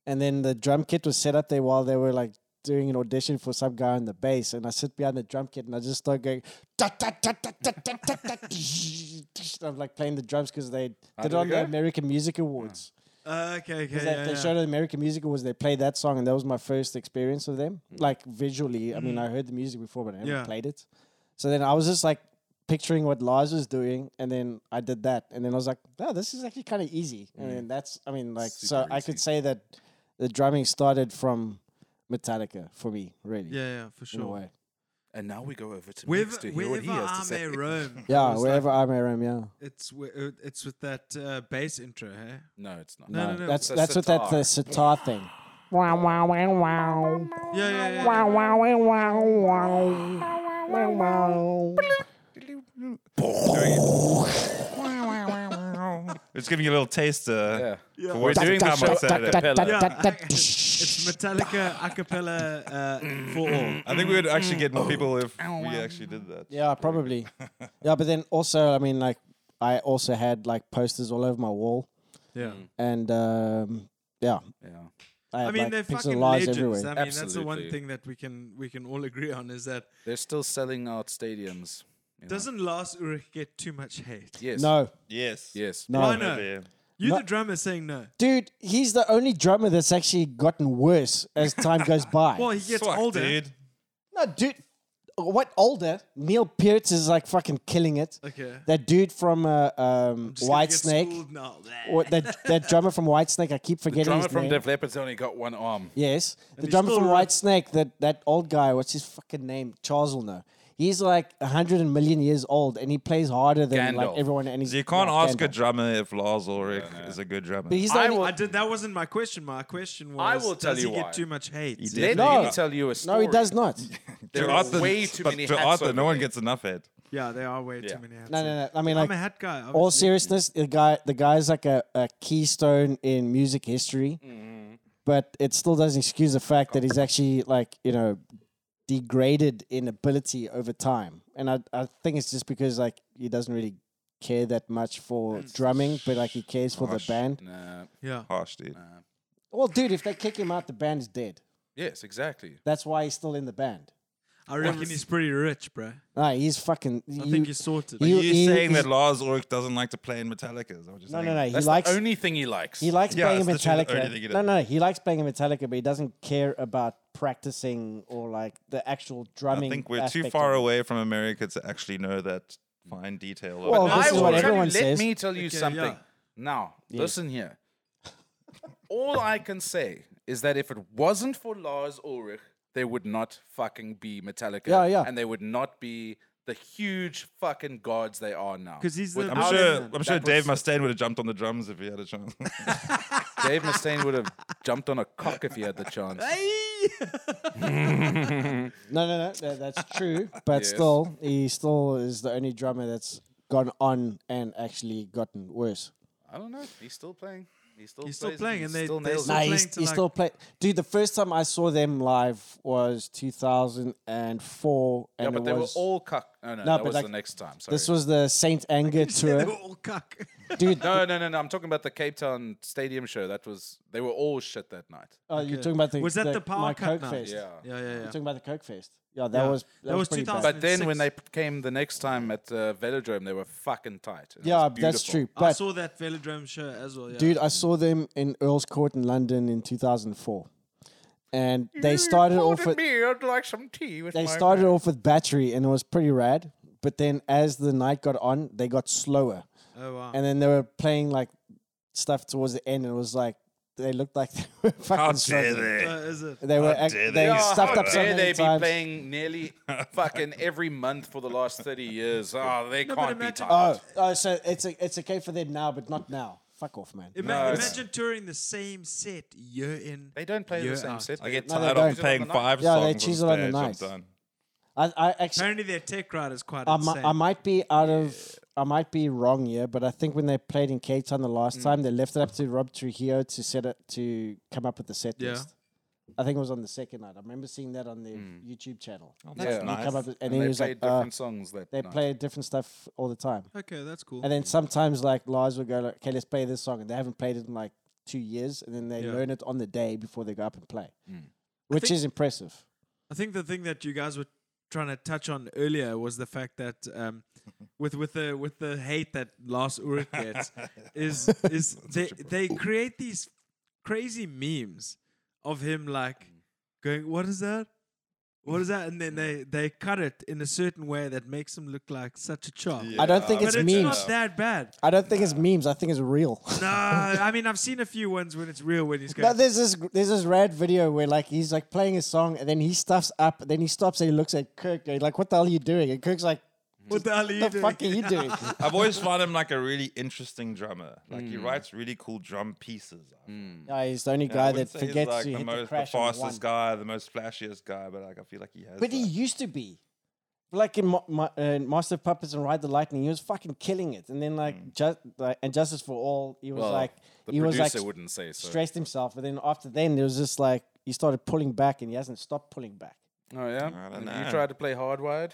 [SPEAKER 4] and then the drum kit was set up there while they were like doing an audition for some guy on the bass. And I sit behind the drum kit and I just start going. "Da, da, da, da, da, da, da, da," I'm like playing the drums because they did it
[SPEAKER 1] did it
[SPEAKER 4] on the
[SPEAKER 1] go?
[SPEAKER 4] American Music Awards.
[SPEAKER 2] Uh, okay, okay.
[SPEAKER 4] 'Cause
[SPEAKER 2] Yeah,
[SPEAKER 4] they, they
[SPEAKER 2] yeah.
[SPEAKER 4] showed at the American Music Awards. They played that song, and that was my first experience of them.
[SPEAKER 1] Mm.
[SPEAKER 4] Like visually, I mean, I heard the music before, but I never
[SPEAKER 2] Mm. Yeah.
[SPEAKER 4] played it. So then I was just like picturing what Lars was doing, and then I did that, and then I was like, "Oh, this is actually kind of easy." And then that's, I mean, like, so
[SPEAKER 1] Mm. Super
[SPEAKER 4] I could
[SPEAKER 1] easy.
[SPEAKER 4] say that the drumming started from Metallica for me, really,
[SPEAKER 2] yeah, yeah, for
[SPEAKER 4] in a
[SPEAKER 2] sure.
[SPEAKER 4] way.
[SPEAKER 1] And now we go over to
[SPEAKER 2] Wherever,
[SPEAKER 1] Mix to hear what he
[SPEAKER 2] wherever
[SPEAKER 1] has to
[SPEAKER 2] I
[SPEAKER 1] say.
[SPEAKER 2] may roam.
[SPEAKER 4] Yeah,
[SPEAKER 2] it's
[SPEAKER 4] wherever
[SPEAKER 2] Like,
[SPEAKER 4] I may roam, yeah.
[SPEAKER 2] it's wi- uh, it's with that uh, bass intro, hey?
[SPEAKER 1] No, it's not.
[SPEAKER 2] No, no, no.
[SPEAKER 4] That's
[SPEAKER 1] It's a
[SPEAKER 4] that's what that the sitar thing. Wow, wow, wow, wow.
[SPEAKER 2] Yeah, yeah, yeah. yeah.
[SPEAKER 4] wow, wow, wow, wow.
[SPEAKER 3] It's giving you a little taster
[SPEAKER 1] Yeah.
[SPEAKER 3] for what we're doing that much Saturday.
[SPEAKER 2] It's Metallica a cappella uh, for all.
[SPEAKER 3] I think we would actually get more people if we actually did that.
[SPEAKER 4] Yeah, probably. yeah, but then also, I mean, like, I also had like posters all over my wall,
[SPEAKER 2] Yeah.
[SPEAKER 4] and um, yeah,
[SPEAKER 1] Yeah.
[SPEAKER 4] I, had,
[SPEAKER 2] I mean,
[SPEAKER 4] like,
[SPEAKER 2] they're
[SPEAKER 4] pixel
[SPEAKER 2] fucking
[SPEAKER 4] lies
[SPEAKER 2] legends.
[SPEAKER 4] everywhere.
[SPEAKER 2] I mean, that's the one
[SPEAKER 1] Absolutely.
[SPEAKER 2] thing that we can we can all agree on is that
[SPEAKER 1] They're still selling out stadiums. you know.
[SPEAKER 2] doesn't Lars Ulrich get too much hate?
[SPEAKER 1] Yes.
[SPEAKER 4] No,
[SPEAKER 3] Yes. Oh,
[SPEAKER 1] Yes.
[SPEAKER 4] No.
[SPEAKER 2] Why
[SPEAKER 3] Yeah.
[SPEAKER 2] not? You, the drummer, saying no.
[SPEAKER 4] dude, he's the only drummer that's actually gotten worse as time goes by.
[SPEAKER 2] Well, he gets
[SPEAKER 3] Fuck,
[SPEAKER 2] older.
[SPEAKER 3] dude.
[SPEAKER 4] no, dude, what older? Neil Peart is like fucking killing it.
[SPEAKER 2] Okay.
[SPEAKER 4] That dude from uh, um,
[SPEAKER 2] Just gonna
[SPEAKER 4] White
[SPEAKER 2] get
[SPEAKER 4] Snake,
[SPEAKER 2] schooled now. Blah.
[SPEAKER 4] or that that drummer from White Snake, I keep forgetting
[SPEAKER 1] Drummer
[SPEAKER 4] his
[SPEAKER 1] from
[SPEAKER 4] name.
[SPEAKER 1] Def Leppard's only got one arm.
[SPEAKER 4] Yes, the
[SPEAKER 2] he's
[SPEAKER 4] drummer
[SPEAKER 2] still
[SPEAKER 4] from
[SPEAKER 2] around.
[SPEAKER 4] White Snake, that that old guy. What's his fucking name? Charles will know. He's like a hundred and million years old, and he plays harder than
[SPEAKER 1] Gandalf.
[SPEAKER 4] like everyone. And he's
[SPEAKER 3] So you can't
[SPEAKER 4] yeah,
[SPEAKER 3] ask a
[SPEAKER 4] Gandalf.
[SPEAKER 3] drummer if Lars Ulrich is a good drummer.
[SPEAKER 4] But he's
[SPEAKER 2] I,
[SPEAKER 4] not.
[SPEAKER 2] I did. That wasn't my question. My question was,
[SPEAKER 1] I will tell
[SPEAKER 2] does
[SPEAKER 1] you
[SPEAKER 2] he
[SPEAKER 1] why.
[SPEAKER 2] get too much hate?
[SPEAKER 3] He
[SPEAKER 1] Let
[SPEAKER 3] did.
[SPEAKER 4] No.
[SPEAKER 1] me tell you a story.
[SPEAKER 4] no, he does not.
[SPEAKER 1] There
[SPEAKER 3] To
[SPEAKER 1] are
[SPEAKER 3] Arthur-
[SPEAKER 1] way too
[SPEAKER 3] but
[SPEAKER 1] many
[SPEAKER 3] to
[SPEAKER 1] hats
[SPEAKER 3] Arthur,
[SPEAKER 1] over
[SPEAKER 3] no one
[SPEAKER 1] there.
[SPEAKER 3] gets enough head.
[SPEAKER 2] Yeah, there are way
[SPEAKER 1] Yeah.
[SPEAKER 2] too many hats.
[SPEAKER 4] No, no, no. I mean,
[SPEAKER 2] I'm
[SPEAKER 4] like
[SPEAKER 2] a hat guy. Obviously.
[SPEAKER 4] all seriousness, the guy, the guy's like a, a keystone in music history. But it still doesn't excuse the fact that he's actually like you know degraded in ability over time. And I I think it's just because like he doesn't really care that much for drumming, but like he cares for the
[SPEAKER 3] Harsh.
[SPEAKER 4] band.
[SPEAKER 1] Nah.
[SPEAKER 2] Yeah.
[SPEAKER 3] Harsh, dude.
[SPEAKER 1] Uh-huh.
[SPEAKER 4] Well, dude, if they kick him out, the band's dead.
[SPEAKER 1] Yes, exactly.
[SPEAKER 4] That's why he's still in the band.
[SPEAKER 2] I reckon he's pretty rich, bro.
[SPEAKER 4] Nah, he's fucking.
[SPEAKER 2] I think he's sorted.
[SPEAKER 4] you-
[SPEAKER 3] You're
[SPEAKER 4] he-
[SPEAKER 3] saying that
[SPEAKER 4] he's-
[SPEAKER 3] Lars Ulrich doesn't like to play in Metallica? Is that what you're
[SPEAKER 4] no,
[SPEAKER 3] saying?
[SPEAKER 4] no, no. He
[SPEAKER 1] That's
[SPEAKER 4] likes.
[SPEAKER 1] the only thing he likes.
[SPEAKER 4] he likes
[SPEAKER 3] Yeah,
[SPEAKER 4] playing
[SPEAKER 3] it's literally the only thing he
[SPEAKER 4] Metallica.
[SPEAKER 3] does.
[SPEAKER 4] No, no, no. He likes playing Metallica, but he doesn't care about practicing or like the actual
[SPEAKER 3] I
[SPEAKER 4] drumming.
[SPEAKER 3] think we're too
[SPEAKER 4] aspect
[SPEAKER 3] far
[SPEAKER 4] of it.
[SPEAKER 3] away from America to actually know that fine detail. of
[SPEAKER 4] Well,
[SPEAKER 3] it.
[SPEAKER 4] this
[SPEAKER 1] I
[SPEAKER 4] is
[SPEAKER 1] will
[SPEAKER 4] what
[SPEAKER 1] tell
[SPEAKER 4] everyone
[SPEAKER 1] you,
[SPEAKER 4] says.
[SPEAKER 1] Let me tell you
[SPEAKER 2] Okay,
[SPEAKER 1] something.
[SPEAKER 2] yeah.
[SPEAKER 1] Now, listen here. All I can say is that if it wasn't for Lars Ulrich, they would not fucking be Metallica.
[SPEAKER 4] Yeah, yeah.
[SPEAKER 1] And they would not be the huge fucking gods they are now.
[SPEAKER 2] 'Cause he's the-
[SPEAKER 1] Without
[SPEAKER 3] I'm
[SPEAKER 2] Out
[SPEAKER 3] sure,
[SPEAKER 2] in-
[SPEAKER 3] I'm sure
[SPEAKER 1] that
[SPEAKER 3] Dave
[SPEAKER 1] was-
[SPEAKER 3] Mustaine would have jumped on the drums if he had a chance.
[SPEAKER 1] Dave Mustaine would have jumped on a cock if he had the chance.
[SPEAKER 4] No, no, no. tha- that's true. But
[SPEAKER 1] Yes.
[SPEAKER 4] still, he still is the only drummer that's gone on and actually gotten worse.
[SPEAKER 1] I don't know. He's still playing. He's still,
[SPEAKER 2] He's still
[SPEAKER 1] plays
[SPEAKER 2] playing
[SPEAKER 1] he
[SPEAKER 2] and they-
[SPEAKER 1] still
[SPEAKER 2] they
[SPEAKER 1] nails
[SPEAKER 2] still
[SPEAKER 4] Nah,
[SPEAKER 1] it.
[SPEAKER 2] play-
[SPEAKER 4] he's,
[SPEAKER 2] playing to,
[SPEAKER 4] he's
[SPEAKER 2] like-
[SPEAKER 4] still play. Dude, the first time I saw them live was 2004, and
[SPEAKER 1] Yeah, but
[SPEAKER 4] it
[SPEAKER 1] they were
[SPEAKER 4] was-
[SPEAKER 1] all cuck. No, no,
[SPEAKER 4] No,
[SPEAKER 1] that
[SPEAKER 4] but
[SPEAKER 1] was
[SPEAKER 4] like,
[SPEAKER 1] the next time. Sorry.
[SPEAKER 4] This was the Saint Anger
[SPEAKER 2] They're
[SPEAKER 4] tour,
[SPEAKER 2] all cuck.
[SPEAKER 4] dude.
[SPEAKER 1] No, no, no, no. I'm talking about the Cape Town Stadium show. That was they were all shit that night.
[SPEAKER 4] Oh, you're talking about the
[SPEAKER 2] Was that
[SPEAKER 4] the,
[SPEAKER 2] the power
[SPEAKER 4] my
[SPEAKER 2] cut
[SPEAKER 4] Coke
[SPEAKER 2] night?
[SPEAKER 4] Fest?
[SPEAKER 1] Yeah.
[SPEAKER 2] yeah, yeah,
[SPEAKER 4] You're
[SPEAKER 2] yeah.
[SPEAKER 4] talking about the Coke Fest. Yeah, that
[SPEAKER 2] Yeah.
[SPEAKER 4] was that,
[SPEAKER 2] That
[SPEAKER 4] was,
[SPEAKER 2] was
[SPEAKER 4] pretty bad.
[SPEAKER 2] 2000.
[SPEAKER 1] But then when they
[SPEAKER 2] 2006.
[SPEAKER 1] p- came the next time at uh, Velodrome, they were fucking tight. and it
[SPEAKER 4] Yeah,
[SPEAKER 1] was
[SPEAKER 4] that's
[SPEAKER 1] beautiful.
[SPEAKER 4] true.
[SPEAKER 2] I
[SPEAKER 4] But
[SPEAKER 2] saw that velodrome show as well. Yeah.
[SPEAKER 4] dude, I saw them in Earl's Court in London in 2004, and they started off with
[SPEAKER 1] me. I'd like some tea with
[SPEAKER 4] they
[SPEAKER 1] my
[SPEAKER 4] started
[SPEAKER 1] man.
[SPEAKER 4] off with Battery, and it was pretty rad. But then as the night got on, they got slower,
[SPEAKER 1] Uh-huh.
[SPEAKER 2] Oh wow.
[SPEAKER 4] and then they were playing like stuff towards the end, and it was like they looked like they were fucking
[SPEAKER 3] How dare
[SPEAKER 4] struggling.
[SPEAKER 3] they?
[SPEAKER 2] Uh, is it?
[SPEAKER 4] They were act-
[SPEAKER 3] dare
[SPEAKER 4] they,
[SPEAKER 3] they? Yeah,
[SPEAKER 4] stuffed
[SPEAKER 1] how
[SPEAKER 4] up so
[SPEAKER 1] dare
[SPEAKER 4] many
[SPEAKER 1] they be
[SPEAKER 4] times.
[SPEAKER 1] playing nearly fucking every month for the last 30 years. Oh, they
[SPEAKER 2] but
[SPEAKER 1] can't be
[SPEAKER 2] imagine-
[SPEAKER 1] tight.
[SPEAKER 4] Oh, oh, so it's a, it's okay for them now, but not now. Fuck off, man.
[SPEAKER 2] Ima-
[SPEAKER 1] No, it's-
[SPEAKER 2] imagine touring the same set year in.
[SPEAKER 1] they don't play
[SPEAKER 2] year
[SPEAKER 1] the same
[SPEAKER 4] uh,
[SPEAKER 2] out.
[SPEAKER 1] set.
[SPEAKER 3] I get
[SPEAKER 4] No, they
[SPEAKER 3] tired
[SPEAKER 4] don't.
[SPEAKER 3] of playing five
[SPEAKER 4] Yeah, they
[SPEAKER 3] songs.
[SPEAKER 4] choose it
[SPEAKER 3] on
[SPEAKER 4] on the
[SPEAKER 3] stage.
[SPEAKER 4] night.
[SPEAKER 3] I'm done.
[SPEAKER 4] I, I actually,
[SPEAKER 2] Apparently their tech ride is quite
[SPEAKER 4] I, mi-
[SPEAKER 2] insane.
[SPEAKER 4] I might be out of, I might be wrong here, but I think when they played in Cape Town the
[SPEAKER 2] Mm.
[SPEAKER 4] last time, they left it up to Rob Trujillo to set it to come up with the set
[SPEAKER 2] Yeah.
[SPEAKER 4] list. I think it was on the second night. I remember seeing that on their
[SPEAKER 2] Mm.
[SPEAKER 4] YouTube channel.
[SPEAKER 3] Oh,
[SPEAKER 1] Yeah.
[SPEAKER 3] that's
[SPEAKER 1] And
[SPEAKER 4] They come up
[SPEAKER 3] nice.
[SPEAKER 4] with- and,
[SPEAKER 1] And
[SPEAKER 4] then he
[SPEAKER 1] they
[SPEAKER 4] was
[SPEAKER 1] play
[SPEAKER 4] like, uh,
[SPEAKER 1] different songs that
[SPEAKER 4] they
[SPEAKER 1] night.
[SPEAKER 4] play different stuff all the time.
[SPEAKER 2] okay, that's cool.
[SPEAKER 4] And then sometimes like Lars will go, like, okay, let's play this song, and they haven't played it in like two years, and then they
[SPEAKER 2] Yeah.
[SPEAKER 4] learn it on the day before they go up and play,
[SPEAKER 1] Mm.
[SPEAKER 4] which
[SPEAKER 2] think-
[SPEAKER 4] is impressive.
[SPEAKER 2] I think the thing that you guys were trying to touch on earlier was the fact that um, with with the with the hate that Lars Ulrich gets is is they they create these crazy memes of him
[SPEAKER 4] Mm.
[SPEAKER 2] like going what is that what is that and then they they cut it in a certain way that makes him look like such a chop.
[SPEAKER 3] Yeah.
[SPEAKER 4] I don't think
[SPEAKER 2] But
[SPEAKER 4] it's
[SPEAKER 2] it's
[SPEAKER 4] memes.
[SPEAKER 2] not that bad.
[SPEAKER 4] I don't think it's memes. I think it's real.
[SPEAKER 2] No, I mean I've seen a few ones when it's real when he's going.
[SPEAKER 4] No, there's this there's this rad video where like he's like playing a song and then he stuffs up, then he stops and he looks at Kirk and he's like, "What the hell are you doing?" And Kirk's like,
[SPEAKER 2] what the hell are you
[SPEAKER 4] "The
[SPEAKER 2] doing?
[SPEAKER 4] fuck are you doing?"
[SPEAKER 3] I've always found him like a really interesting drummer. Like
[SPEAKER 1] Hmm.
[SPEAKER 3] he writes really cool drum pieces.
[SPEAKER 4] Yeah, he's the only
[SPEAKER 3] I
[SPEAKER 4] guy
[SPEAKER 3] wouldn't
[SPEAKER 4] that
[SPEAKER 3] say he's,
[SPEAKER 4] forgets
[SPEAKER 3] like
[SPEAKER 4] to
[SPEAKER 3] the
[SPEAKER 4] hit the
[SPEAKER 3] most,
[SPEAKER 4] crash
[SPEAKER 3] the
[SPEAKER 4] on
[SPEAKER 3] fastest
[SPEAKER 4] one.
[SPEAKER 3] guy, the most flashiest guy, but like I feel like he has.
[SPEAKER 4] But he
[SPEAKER 3] that.
[SPEAKER 4] used to be. like in Ma- Ma- uh, Master of Puppets and Ride the Lightning, he was fucking killing it. And then like,
[SPEAKER 3] Hmm.
[SPEAKER 4] just like and Justice for All, he was
[SPEAKER 1] Well,
[SPEAKER 4] like
[SPEAKER 1] the
[SPEAKER 4] he was
[SPEAKER 1] producer
[SPEAKER 4] like
[SPEAKER 1] wouldn't say so.
[SPEAKER 4] stressed himself. And then after then, there was just like he started pulling back, and he hasn't stopped pulling back.
[SPEAKER 1] oh yeah,
[SPEAKER 3] I don't
[SPEAKER 1] And
[SPEAKER 3] know.
[SPEAKER 1] you tried to play hardwired.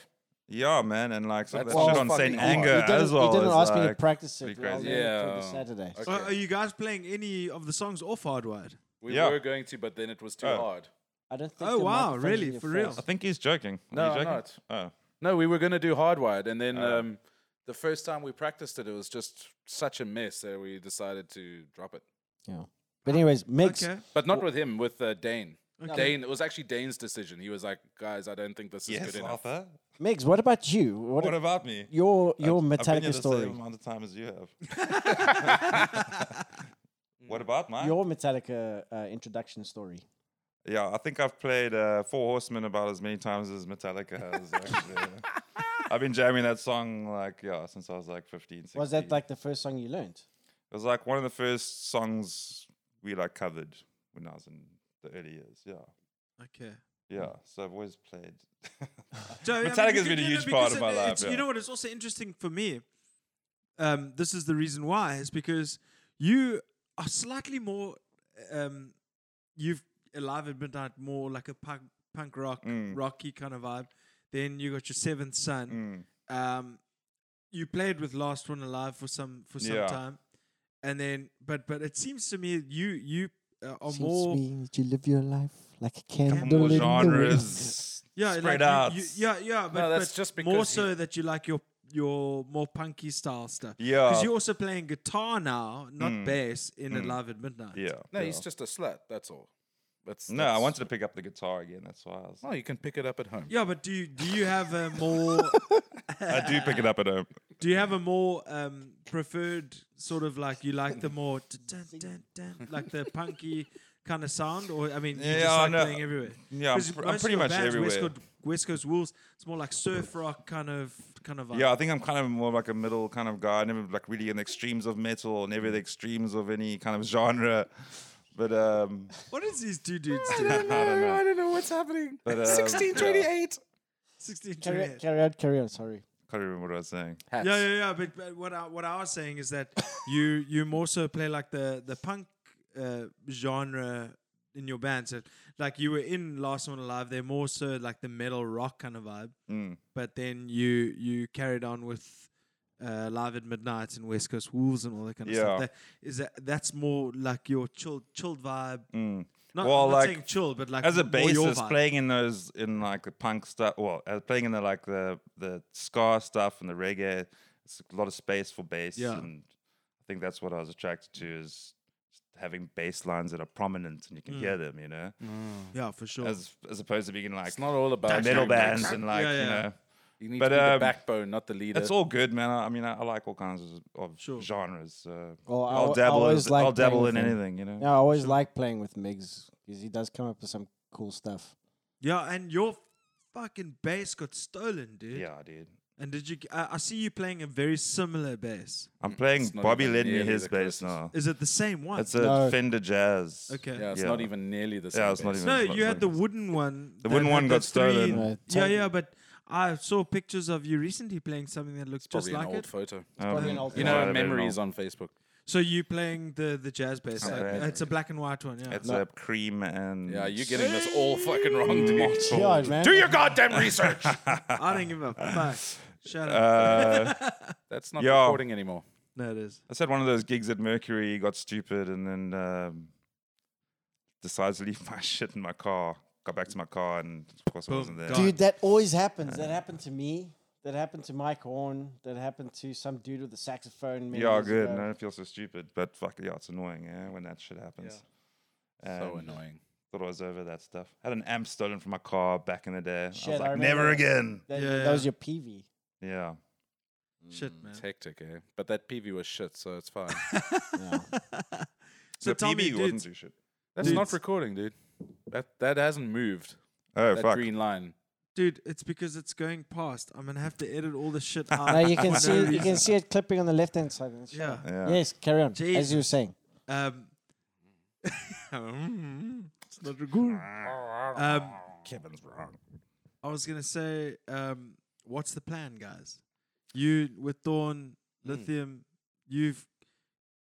[SPEAKER 3] Yeah, man, and like some of
[SPEAKER 1] That's
[SPEAKER 3] that shit
[SPEAKER 1] all
[SPEAKER 3] on Saint
[SPEAKER 1] fucking hard.
[SPEAKER 3] Anger
[SPEAKER 4] he didn't,
[SPEAKER 3] as well.
[SPEAKER 4] he didn't
[SPEAKER 3] is,
[SPEAKER 4] ask me to
[SPEAKER 3] like,
[SPEAKER 4] practice it.
[SPEAKER 3] pretty
[SPEAKER 4] well,
[SPEAKER 3] crazy.
[SPEAKER 4] then it
[SPEAKER 1] Yeah.
[SPEAKER 4] came to Saturday.
[SPEAKER 1] Okay.
[SPEAKER 2] Uh, are you guys playing any of the songs off Hardwired?
[SPEAKER 1] We
[SPEAKER 3] Yeah.
[SPEAKER 1] were going to, but then it was too
[SPEAKER 3] Oh.
[SPEAKER 1] hard.
[SPEAKER 4] I don't think.
[SPEAKER 2] Oh,
[SPEAKER 4] the
[SPEAKER 2] wow,
[SPEAKER 4] microphone's in
[SPEAKER 2] really?
[SPEAKER 4] your
[SPEAKER 2] For real?
[SPEAKER 4] face.
[SPEAKER 3] I think he's joking.
[SPEAKER 1] No,
[SPEAKER 3] he's
[SPEAKER 1] I'm
[SPEAKER 3] joking?
[SPEAKER 1] not.
[SPEAKER 3] Oh.
[SPEAKER 1] No, we were going to do hardwired, and then
[SPEAKER 3] Oh.
[SPEAKER 1] um, the first time we practiced it, it was just such a mess that we decided to drop it.
[SPEAKER 4] Yeah. But anyways, Migs.
[SPEAKER 2] Okay.
[SPEAKER 1] But not with him, with uh, Dane.
[SPEAKER 2] Okay.
[SPEAKER 1] Dane, it was actually Dane's decision. He was like, "Guys, I don't think this is
[SPEAKER 3] Yes,
[SPEAKER 1] good enough."
[SPEAKER 3] Arthur.
[SPEAKER 4] Migs, what about you? What,
[SPEAKER 3] What about me?
[SPEAKER 4] your your
[SPEAKER 3] I've- I've been here
[SPEAKER 4] Metallica
[SPEAKER 3] the
[SPEAKER 4] story?
[SPEAKER 3] same amount of time as you have. what about mine?
[SPEAKER 4] Your Metallica uh, introduction story.
[SPEAKER 3] Yeah, I think I've played uh, Four Horsemen about as many times as Metallica has. Actually. I've been jamming that song like yeah since I was like 15, 16.
[SPEAKER 4] Was that like the first song you learned?
[SPEAKER 3] It was like one of the first songs we like covered when I was in the early years. Yeah,
[SPEAKER 2] Okay.
[SPEAKER 3] yeah.
[SPEAKER 2] Mm.
[SPEAKER 3] So I've always played.
[SPEAKER 2] So, I mean, because-
[SPEAKER 3] Metallica's been a
[SPEAKER 2] no, no,
[SPEAKER 3] huge part
[SPEAKER 2] because
[SPEAKER 3] of my
[SPEAKER 2] it-
[SPEAKER 3] life,
[SPEAKER 2] it's-
[SPEAKER 3] yeah.
[SPEAKER 2] You know what? It's also interesting for me. Um, this is the reason why is because you are slightly more. Um, you've alive at midnight more like a punk, punk rock,
[SPEAKER 3] Mm.
[SPEAKER 2] rocky kind of vibe. Then you got your seventh son.
[SPEAKER 3] Mm,
[SPEAKER 2] Um, you played with Last One Alive for some for some
[SPEAKER 3] Yeah.
[SPEAKER 2] time, and then but but it seems to me you you uh, are
[SPEAKER 4] Seems
[SPEAKER 2] more
[SPEAKER 4] to me that you live your life like a
[SPEAKER 2] More
[SPEAKER 4] candle
[SPEAKER 3] more
[SPEAKER 4] in the wind.
[SPEAKER 3] genres.
[SPEAKER 2] yeah,
[SPEAKER 3] spread
[SPEAKER 2] like you-
[SPEAKER 3] out.
[SPEAKER 2] You, yeah, yeah, but,
[SPEAKER 1] that's
[SPEAKER 2] but
[SPEAKER 1] just
[SPEAKER 2] more
[SPEAKER 1] because
[SPEAKER 2] so
[SPEAKER 1] you-
[SPEAKER 2] that you like your your more punky style stuff.
[SPEAKER 3] Yeah. Hmm.
[SPEAKER 2] because you're also playing guitar now, not bass, in a live at midnight.
[SPEAKER 3] yeah.
[SPEAKER 1] No,
[SPEAKER 3] yeah.
[SPEAKER 1] he's just a slut. That's all. That's,
[SPEAKER 3] no. I
[SPEAKER 1] that's-
[SPEAKER 3] wanted to pick up the guitar again. That's why I was.
[SPEAKER 1] No, you can pick it up at home.
[SPEAKER 2] yeah, but do you, do you have a more
[SPEAKER 3] I do pick it up at home.
[SPEAKER 2] do you have a more um, preferred sort of like you like the more dun, dun, dun, dun, like the punky kind of sound, or I mean, you
[SPEAKER 3] Yeah,
[SPEAKER 2] just
[SPEAKER 3] I
[SPEAKER 2] like
[SPEAKER 3] know.
[SPEAKER 2] playing everywhere.
[SPEAKER 3] Yeah, I'm
[SPEAKER 2] 'Cause
[SPEAKER 3] pr- I'm
[SPEAKER 2] most of
[SPEAKER 3] pretty
[SPEAKER 2] your
[SPEAKER 3] much
[SPEAKER 2] bands, West
[SPEAKER 3] everywhere.
[SPEAKER 2] Coast, West Coast Wolves, it's more like surf rock kind of kind of vibe.
[SPEAKER 3] Yeah, I think I'm kind of more like a middle kind of guy. I never like really in the extremes of metal, never the extremes of any kind of genre. But um,
[SPEAKER 2] What is these two dudes
[SPEAKER 1] I
[SPEAKER 2] doing?
[SPEAKER 1] don't know. I don't know what's happening.
[SPEAKER 3] But, um,
[SPEAKER 1] 1628.
[SPEAKER 2] Sixteen.
[SPEAKER 4] Carry,
[SPEAKER 2] Juliet.
[SPEAKER 4] carry on, carry on. Sorry.
[SPEAKER 3] can't remember what I was saying.
[SPEAKER 1] Hats.
[SPEAKER 2] Yeah, yeah, yeah. But, but what I, what I was saying is that you you more so play like the the punk uh, genre in your band. So like you were in Last One Alive, they're more so like the metal rock kind of vibe.
[SPEAKER 3] Mm.
[SPEAKER 2] But then you you carried on with uh, Live at Midnight and West Coast Wolves and all that kind of
[SPEAKER 3] Yeah.
[SPEAKER 2] stuff. That, is that that's more like your chilled chilled vibe?
[SPEAKER 3] Mm.
[SPEAKER 2] Not,
[SPEAKER 3] Well,
[SPEAKER 2] I'm not
[SPEAKER 3] like,
[SPEAKER 2] saying chill, but like
[SPEAKER 3] As a
[SPEAKER 2] more your
[SPEAKER 3] bassist,
[SPEAKER 2] vibe.
[SPEAKER 3] playing in those in like the punk stuff, well, uh, playing in the like the the ska stuff and the reggae, it's a lot of space for bass,
[SPEAKER 2] Yeah.
[SPEAKER 3] and I think that's what I was attracted to is having bass lines that are prominent and you can hear them, you know,
[SPEAKER 2] yeah, for Mm. sure.
[SPEAKER 3] as as opposed to being in like
[SPEAKER 1] It's not all about
[SPEAKER 3] metal
[SPEAKER 1] you.
[SPEAKER 3] bands and like
[SPEAKER 2] Yeah,
[SPEAKER 3] you
[SPEAKER 2] yeah.
[SPEAKER 3] know.
[SPEAKER 1] You need
[SPEAKER 3] But,
[SPEAKER 1] to be
[SPEAKER 3] um,
[SPEAKER 1] the backbone, not the leader.
[SPEAKER 3] It's all good, man. I, I mean, I, I like all kinds of, of
[SPEAKER 2] Sure.
[SPEAKER 3] genres. So
[SPEAKER 4] Well, I
[SPEAKER 3] I'll,
[SPEAKER 4] al- I
[SPEAKER 3] dabble.
[SPEAKER 4] always
[SPEAKER 3] as-
[SPEAKER 4] like
[SPEAKER 3] I'll
[SPEAKER 4] playing
[SPEAKER 3] dabble
[SPEAKER 4] with
[SPEAKER 3] in
[SPEAKER 4] him.
[SPEAKER 3] anything, you know.
[SPEAKER 4] Yeah, I always like playing with Migs because he does come up with some cool stuff.
[SPEAKER 2] yeah, and your fucking bass got stolen, dude.
[SPEAKER 3] Yeah, dude.
[SPEAKER 2] And did you? I, I see you playing a very similar bass.
[SPEAKER 4] Mm,
[SPEAKER 3] I'm playing
[SPEAKER 1] not
[SPEAKER 3] Bobby
[SPEAKER 1] even
[SPEAKER 3] Lidney
[SPEAKER 1] nearly
[SPEAKER 3] his
[SPEAKER 1] the
[SPEAKER 3] bass
[SPEAKER 1] closest.
[SPEAKER 3] now.
[SPEAKER 2] Is it the same one?
[SPEAKER 3] It's a
[SPEAKER 4] No.
[SPEAKER 3] Fender Jazz.
[SPEAKER 2] okay.
[SPEAKER 1] yeah, it's
[SPEAKER 3] yeah.
[SPEAKER 1] not even nearly the same.
[SPEAKER 3] Yeah, it's not
[SPEAKER 1] bass.
[SPEAKER 3] even-
[SPEAKER 2] No,
[SPEAKER 3] it's not
[SPEAKER 2] you
[SPEAKER 3] the
[SPEAKER 2] had
[SPEAKER 3] same
[SPEAKER 2] the
[SPEAKER 3] bass.
[SPEAKER 2] wooden one.
[SPEAKER 3] The
[SPEAKER 2] that
[SPEAKER 3] wooden
[SPEAKER 2] had
[SPEAKER 3] one
[SPEAKER 2] the
[SPEAKER 3] got stolen.
[SPEAKER 2] three-
[SPEAKER 4] Right,
[SPEAKER 2] Yeah,
[SPEAKER 4] totally.
[SPEAKER 2] yeah, but I saw pictures of you recently playing something that looked
[SPEAKER 1] Probably
[SPEAKER 2] just like
[SPEAKER 1] an old
[SPEAKER 2] it.
[SPEAKER 1] photo.
[SPEAKER 3] Um,
[SPEAKER 4] probably an old
[SPEAKER 1] You
[SPEAKER 4] Yeah,
[SPEAKER 1] know,
[SPEAKER 4] I
[SPEAKER 1] memories on Facebook.
[SPEAKER 2] So you playing the the jazz bass?
[SPEAKER 3] It's
[SPEAKER 2] like-
[SPEAKER 3] not bad.
[SPEAKER 2] it's a black and white one. Yeah.
[SPEAKER 3] It's a cream and
[SPEAKER 1] Yeah, you're getting this all fucking wrong, dude.
[SPEAKER 4] Yeah, man.
[SPEAKER 1] Do your goddamn research.
[SPEAKER 2] I don't give a fuck. Shut up.
[SPEAKER 3] Uh,
[SPEAKER 1] That's not
[SPEAKER 3] Yeah.
[SPEAKER 1] recording anymore.
[SPEAKER 2] no, it is.
[SPEAKER 3] I said one of those gigs at Mercury got stupid and then um, decides to leave my shit in my car. Got back to my car and of course I
[SPEAKER 2] Boom,
[SPEAKER 3] wasn't there.
[SPEAKER 2] gone.
[SPEAKER 4] Dude, that always happens. That happened to me. That happened to Mike Horn. That happened to some dude with a saxophone. many
[SPEAKER 3] Yeah,
[SPEAKER 4] years
[SPEAKER 3] good.
[SPEAKER 4] ago.
[SPEAKER 3] No, it feels so stupid, but fuck yeah, it's annoying. Yeah, when that shit happens.
[SPEAKER 1] so
[SPEAKER 3] Um,
[SPEAKER 1] annoying.
[SPEAKER 3] Thought I was over that stuff. Had an amp stolen from my car back in the day. I
[SPEAKER 4] Shit,
[SPEAKER 3] was
[SPEAKER 4] I
[SPEAKER 3] like,
[SPEAKER 4] remember
[SPEAKER 3] never
[SPEAKER 4] that.
[SPEAKER 3] again.
[SPEAKER 4] That,
[SPEAKER 2] Yeah,
[SPEAKER 4] that
[SPEAKER 2] yeah.
[SPEAKER 4] was your PV.
[SPEAKER 3] Yeah.
[SPEAKER 2] Shit, man.
[SPEAKER 1] It's hectic, eh? But that PV was shit, so it's fine.
[SPEAKER 2] So
[SPEAKER 3] The
[SPEAKER 2] tell me,
[SPEAKER 3] PB wasn't
[SPEAKER 2] dudes,
[SPEAKER 3] too shit.
[SPEAKER 1] That's
[SPEAKER 2] Dude.
[SPEAKER 1] not recording, dude. That that hasn't moved.
[SPEAKER 3] Oh
[SPEAKER 1] that
[SPEAKER 3] fuck.
[SPEAKER 1] green line.
[SPEAKER 2] dude, it's because it's going past. I'm gonna have to edit all the shit out.
[SPEAKER 4] No, you
[SPEAKER 2] for
[SPEAKER 4] can
[SPEAKER 2] no
[SPEAKER 4] see you
[SPEAKER 2] reason.
[SPEAKER 4] can see it clipping on the left hand side. It's
[SPEAKER 2] Yeah.
[SPEAKER 4] showing.
[SPEAKER 3] Yeah.
[SPEAKER 4] Yes, carry on. As you were
[SPEAKER 2] Jesus.
[SPEAKER 4] saying.
[SPEAKER 2] Um, it's not good. Um,
[SPEAKER 3] Kevin's wrong.
[SPEAKER 2] I was gonna say, um, what's the plan, guys? You with Dawn,
[SPEAKER 3] Hmm.
[SPEAKER 2] Lithium, you've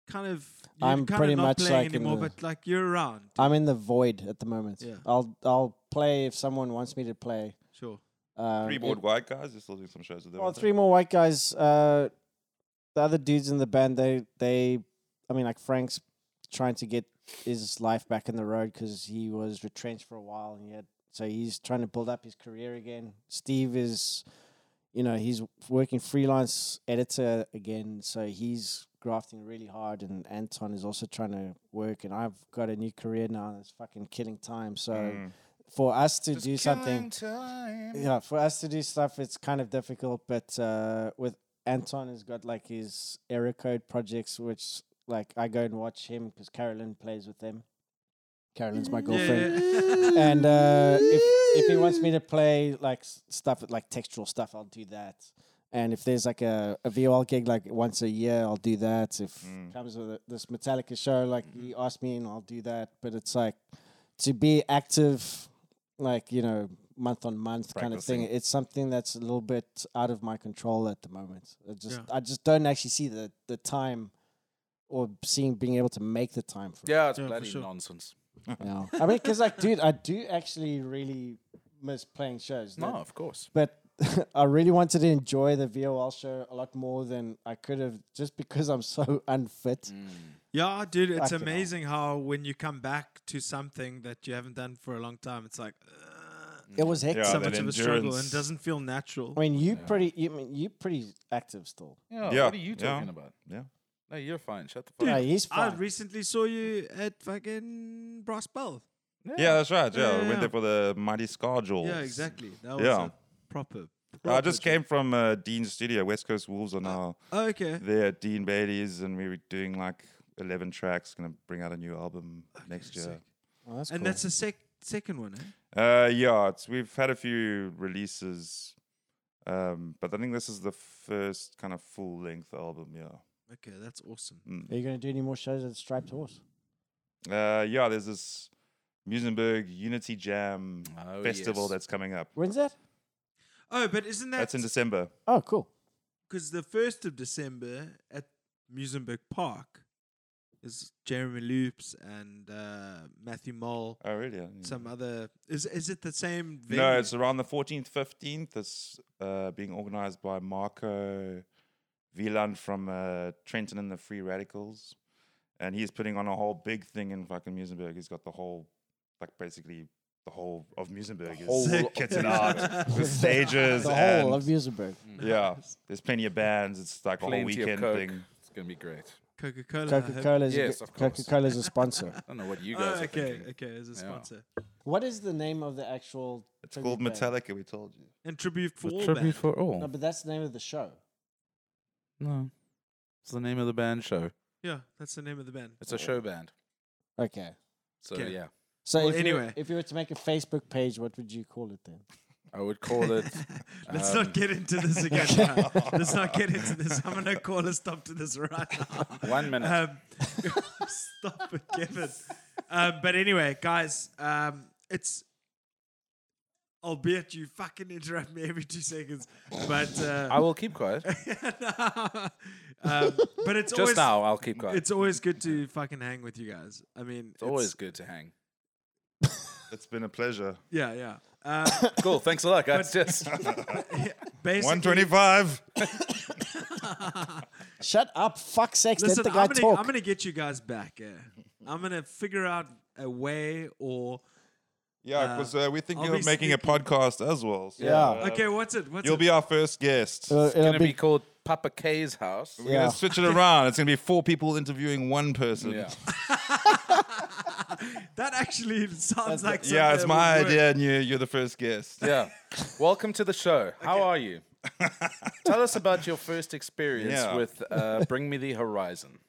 [SPEAKER 2] kind of you're
[SPEAKER 4] I'm
[SPEAKER 2] kind
[SPEAKER 4] pretty
[SPEAKER 2] of not
[SPEAKER 4] much
[SPEAKER 2] playing
[SPEAKER 4] like in
[SPEAKER 2] anymore,
[SPEAKER 4] the-
[SPEAKER 2] but like you're around.
[SPEAKER 4] I'm in the void at the moment.
[SPEAKER 2] Yeah.
[SPEAKER 4] I'll I'll play if someone wants me to play.
[SPEAKER 2] Sure.
[SPEAKER 4] Um,
[SPEAKER 3] Three
[SPEAKER 4] it-
[SPEAKER 3] board white guys. You're still doing some shows with them.
[SPEAKER 4] Well,
[SPEAKER 3] aren't you?
[SPEAKER 4] three more white guys. Uh, the other dudes in the band, they they, I mean, like Frank's trying to get his life back in the road because he was retrenched for a while, and yet so he's trying to build up his career again. Steve is, you know, he's working freelance editor again, so he's grafting really hard, and Anton is also trying to work, and I've got a new career now that's fucking killing time. So
[SPEAKER 3] Mm.
[SPEAKER 4] for us to do something
[SPEAKER 1] Time.
[SPEAKER 4] yeah, for us to do stuff, it's kind of difficult. But uh, with Anton, has got like his error code projects, which like I go and watch him because Carolyn plays with them. Carolyn's my girlfriend, and uh, if if he wants me to play like s- stuff like textual stuff, I'll do that. And if there's like a, a VOL gig like once a year, I'll do that. If
[SPEAKER 3] Mm.
[SPEAKER 4] comes with a, this Metallica show, like he
[SPEAKER 3] Mm-hmm.
[SPEAKER 4] asked me, and I'll do that. But it's like to be active, like you know, month on month kind of thing.
[SPEAKER 3] Practicing.
[SPEAKER 4] It's something that's a little bit out of my control at the moment. I just
[SPEAKER 2] Yeah.
[SPEAKER 4] I just don't actually see the the time, or seeing being able to make the time for
[SPEAKER 1] Yeah, it's
[SPEAKER 2] Yeah, for
[SPEAKER 1] bloody
[SPEAKER 2] sure.
[SPEAKER 1] nonsense.
[SPEAKER 4] it. You know? I mean, because like, dude, I do actually really miss playing shows.
[SPEAKER 1] No,
[SPEAKER 4] that-
[SPEAKER 1] of course.
[SPEAKER 4] but I really wanted to enjoy the VOL show a lot more than I could have just because I'm so unfit.
[SPEAKER 3] Mm,
[SPEAKER 2] Yeah, dude, it's
[SPEAKER 4] Fucking hell.
[SPEAKER 2] amazing how when you come back to something that you haven't done for a long time, it's like uh,
[SPEAKER 4] It was hectic.
[SPEAKER 3] Yeah,
[SPEAKER 2] so
[SPEAKER 3] that
[SPEAKER 2] much of a struggle and
[SPEAKER 3] endurance.
[SPEAKER 2] doesn't feel natural.
[SPEAKER 4] I mean, you pretty, you I mean you pretty active still.
[SPEAKER 1] Yeah,
[SPEAKER 3] Yeah,
[SPEAKER 1] What are you
[SPEAKER 3] yeah.
[SPEAKER 1] talking about?
[SPEAKER 3] Yeah.
[SPEAKER 1] No, you're fine. Shut the fuck
[SPEAKER 4] Yeah,
[SPEAKER 1] up.
[SPEAKER 4] he's
[SPEAKER 2] I
[SPEAKER 4] fine.
[SPEAKER 2] recently saw you at fucking Brass Bell.
[SPEAKER 3] Yeah, that's right. Yeah,
[SPEAKER 2] Yeah,
[SPEAKER 3] we
[SPEAKER 2] yeah.
[SPEAKER 3] went there for the Mighty Scar Jaws.
[SPEAKER 2] Yeah, exactly. That was
[SPEAKER 3] Yeah.
[SPEAKER 2] a proper.
[SPEAKER 3] I
[SPEAKER 2] proper
[SPEAKER 3] just came from uh, Dean's studio. West Coast Wolves are now
[SPEAKER 2] trip. Oh, okay.
[SPEAKER 3] there at Dean Bailey's, and we were doing like 11 tracks. Gonna bring out a new album next year.
[SPEAKER 2] sick.
[SPEAKER 4] Oh, that's
[SPEAKER 2] and
[SPEAKER 4] cool.
[SPEAKER 2] that's the sec- second one, eh?
[SPEAKER 3] Uh, yeah, it's, we've had a few releases, um, but I think this is the first kind of full length album. Yeah.
[SPEAKER 2] Okay, that's awesome.
[SPEAKER 3] Mm.
[SPEAKER 4] Are you going to do any more shows at Striped Horse?
[SPEAKER 3] Uh, yeah, there's this Musenberg Unity Jam
[SPEAKER 1] Oh,
[SPEAKER 3] festival
[SPEAKER 1] yes.
[SPEAKER 3] that's coming up.
[SPEAKER 4] When's that?
[SPEAKER 2] Oh, but isn't that
[SPEAKER 3] That's in December.
[SPEAKER 4] Oh, cool.
[SPEAKER 2] because the first of December at Musenberg Park is Jeremy Loops and uh, Matthew Mole,
[SPEAKER 3] Oh, really? Yeah.
[SPEAKER 2] some other. Is is it the same? Venue?
[SPEAKER 3] No, it's around the 14th, 15th. It's uh, being organized by Marco Wieland from uh, Trenton and the Free Radicals. And he's putting on a whole big thing in fucking Musenberg. He's got the whole, like basically the whole of Musenberg
[SPEAKER 1] whole
[SPEAKER 3] is
[SPEAKER 1] of
[SPEAKER 3] kitted out with
[SPEAKER 4] The
[SPEAKER 3] stages. and
[SPEAKER 4] whole of Musenberg.
[SPEAKER 3] yeah, there's plenty of bands. It's like a whole
[SPEAKER 1] Plenty of
[SPEAKER 3] weekend
[SPEAKER 1] Coke.
[SPEAKER 3] thing.
[SPEAKER 1] It's gonna be great.
[SPEAKER 2] Coca Cola.
[SPEAKER 4] Coca Cola is
[SPEAKER 1] Yes,
[SPEAKER 4] a,
[SPEAKER 1] of course.
[SPEAKER 4] Coca Cola is a sponsor.
[SPEAKER 1] I don't know what you
[SPEAKER 2] Oh,
[SPEAKER 1] guys are
[SPEAKER 2] okay,
[SPEAKER 1] thinking.
[SPEAKER 2] okay, as a sponsor
[SPEAKER 4] what is the name of the actual?
[SPEAKER 3] It's called
[SPEAKER 4] tribute band?
[SPEAKER 3] Metallica, we told you.
[SPEAKER 2] and tribute for all band.
[SPEAKER 1] for all.
[SPEAKER 4] No, but that's the name of the show.
[SPEAKER 1] No. It's the name of the band show.
[SPEAKER 2] Yeah, that's the name of the band.
[SPEAKER 1] It's a show band.
[SPEAKER 4] Okay.
[SPEAKER 1] So
[SPEAKER 2] Okay.
[SPEAKER 1] yeah.
[SPEAKER 4] So
[SPEAKER 2] Well,
[SPEAKER 4] if you,
[SPEAKER 2] anyway.
[SPEAKER 4] if you were to make a Facebook page, what would you call it then?
[SPEAKER 1] I would call it
[SPEAKER 2] Let's
[SPEAKER 1] Um,
[SPEAKER 2] not get into this again. now. Let's not get into this. I'm gonna call a stop to this right now.
[SPEAKER 1] One minute.
[SPEAKER 2] Um, stop it, Kevin. Um, but anyway, guys, um, it's albeit you fucking interrupt me every two seconds, but
[SPEAKER 1] I
[SPEAKER 2] uh,
[SPEAKER 1] will keep quiet.
[SPEAKER 2] um, but it's
[SPEAKER 1] Just
[SPEAKER 2] always
[SPEAKER 1] now I'll keep quiet. It's,
[SPEAKER 2] it's always good to fucking hang with you guys. I mean, it's,
[SPEAKER 1] always good to hang.
[SPEAKER 3] It's been a pleasure.
[SPEAKER 2] yeah, yeah. Uh,
[SPEAKER 1] Cool, thanks a lot, guys. Just
[SPEAKER 2] basically,
[SPEAKER 3] 125.
[SPEAKER 4] Shut up, fuck sex.
[SPEAKER 2] Listen,
[SPEAKER 4] Let the guy
[SPEAKER 2] I'm, gonna,
[SPEAKER 4] talk.
[SPEAKER 2] I'm gonna get you guys back. eh. I'm gonna figure out a way or
[SPEAKER 3] Yeah, because uh, we're
[SPEAKER 2] I'll
[SPEAKER 3] thinking
[SPEAKER 2] be
[SPEAKER 3] of making a
[SPEAKER 2] sneaky.
[SPEAKER 3] podcast as well. so,
[SPEAKER 4] Yeah.
[SPEAKER 3] uh,
[SPEAKER 2] okay. What's it? What's
[SPEAKER 3] You'll
[SPEAKER 2] it?
[SPEAKER 3] be our first guest.
[SPEAKER 4] It'll- it'll
[SPEAKER 1] gonna be called Papa K's house.
[SPEAKER 3] We're
[SPEAKER 4] Uh, yeah.
[SPEAKER 3] gonna switch it around. It's gonna be four people interviewing one person.
[SPEAKER 1] Yeah.
[SPEAKER 2] that actually sounds like
[SPEAKER 3] Yeah, it's
[SPEAKER 2] something that
[SPEAKER 3] my
[SPEAKER 2] would work.
[SPEAKER 3] idea, and you, you're the first guest.
[SPEAKER 1] Yeah. Welcome to the show. How are you? Tell us about your first experience
[SPEAKER 3] Yeah.
[SPEAKER 1] with uh, Bring Me the Horizon.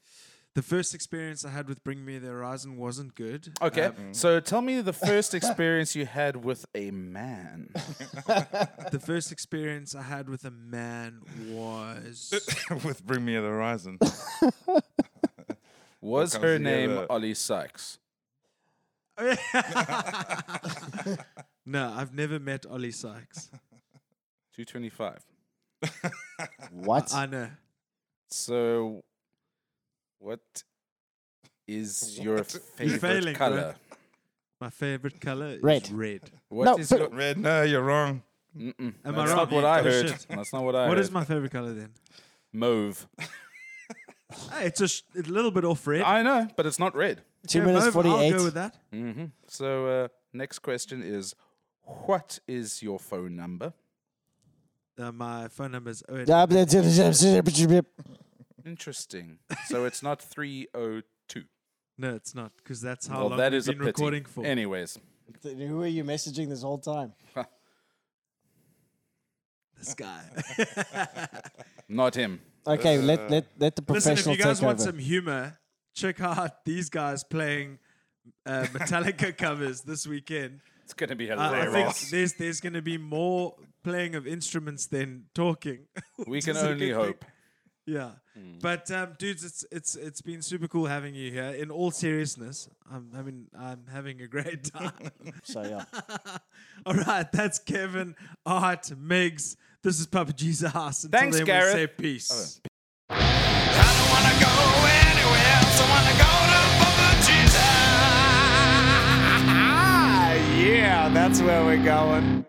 [SPEAKER 2] The first experience I had with Bring Me the Horizon wasn't good.
[SPEAKER 1] Okay. So tell me the first experience you had with a man.
[SPEAKER 2] The first experience I had with a man was
[SPEAKER 3] With Bring Me the Horizon.
[SPEAKER 1] Was
[SPEAKER 3] comes
[SPEAKER 1] her name
[SPEAKER 3] together.
[SPEAKER 1] Ollie Sykes?
[SPEAKER 2] no. I've never met Ollie Sykes.
[SPEAKER 1] Two twenty five.
[SPEAKER 4] What?
[SPEAKER 2] I know.
[SPEAKER 1] So, what is your favorite
[SPEAKER 2] failing, bro.
[SPEAKER 1] color?
[SPEAKER 2] My favorite color is
[SPEAKER 4] Red.
[SPEAKER 2] red.
[SPEAKER 1] What
[SPEAKER 4] No,
[SPEAKER 1] is
[SPEAKER 4] but-
[SPEAKER 1] your-
[SPEAKER 3] Red, no, you're wrong.
[SPEAKER 1] Mm-mm.
[SPEAKER 2] Am I
[SPEAKER 1] That's
[SPEAKER 2] wrong?
[SPEAKER 1] not what I
[SPEAKER 2] Oh,
[SPEAKER 1] heard.
[SPEAKER 2] shit.
[SPEAKER 1] That's not what I
[SPEAKER 2] What
[SPEAKER 1] heard.
[SPEAKER 2] is my favorite color then?
[SPEAKER 1] mauve?
[SPEAKER 2] Ah, it's a, sh- a little bit off red.
[SPEAKER 1] I know, but it's not red.
[SPEAKER 4] Two
[SPEAKER 2] Yeah,
[SPEAKER 4] minutes
[SPEAKER 2] mauve,
[SPEAKER 4] forty-eight.
[SPEAKER 2] I'll go with that.
[SPEAKER 1] Mm-hmm. So, uh, next question is, what is your phone number?
[SPEAKER 2] Uh, my phone number is 08.
[SPEAKER 4] Yeah, but that's-
[SPEAKER 1] Interesting. So it's not three o two.
[SPEAKER 2] No, it's not, because that's how
[SPEAKER 1] Well,
[SPEAKER 2] long
[SPEAKER 1] that
[SPEAKER 2] we've
[SPEAKER 1] is a
[SPEAKER 2] been
[SPEAKER 1] pity.
[SPEAKER 2] recording for.
[SPEAKER 1] Anyways,
[SPEAKER 4] Who are you messaging this whole time?
[SPEAKER 2] this guy.
[SPEAKER 1] not him.
[SPEAKER 4] Okay, let let let the
[SPEAKER 2] Listen, if
[SPEAKER 4] professional
[SPEAKER 2] you guys
[SPEAKER 4] take
[SPEAKER 2] want
[SPEAKER 4] over.
[SPEAKER 2] some humor, check out these guys playing uh, Metallica covers this weekend.
[SPEAKER 1] It's gonna be
[SPEAKER 2] Uh, I think
[SPEAKER 1] hilarious.
[SPEAKER 2] there's there's going to be more playing of instruments than talking.
[SPEAKER 1] we
[SPEAKER 2] which
[SPEAKER 1] can
[SPEAKER 2] is a
[SPEAKER 1] only
[SPEAKER 2] good thing.
[SPEAKER 1] hope. Hmm.
[SPEAKER 2] Yeah, but um, dudes, it's it's it's been super cool having you here. In all seriousness, I'm I mean I'm having a great time.
[SPEAKER 4] so yeah,
[SPEAKER 2] all right, that's Kevin, Art, Migs. This is Papa G's house. Until
[SPEAKER 1] Thanks,
[SPEAKER 2] then,
[SPEAKER 1] Gareth.
[SPEAKER 2] We say peace.
[SPEAKER 5] I don't wanna go anywhere else. I wanna go to Papa Ah, Jesus. Yeah, that's where we're going.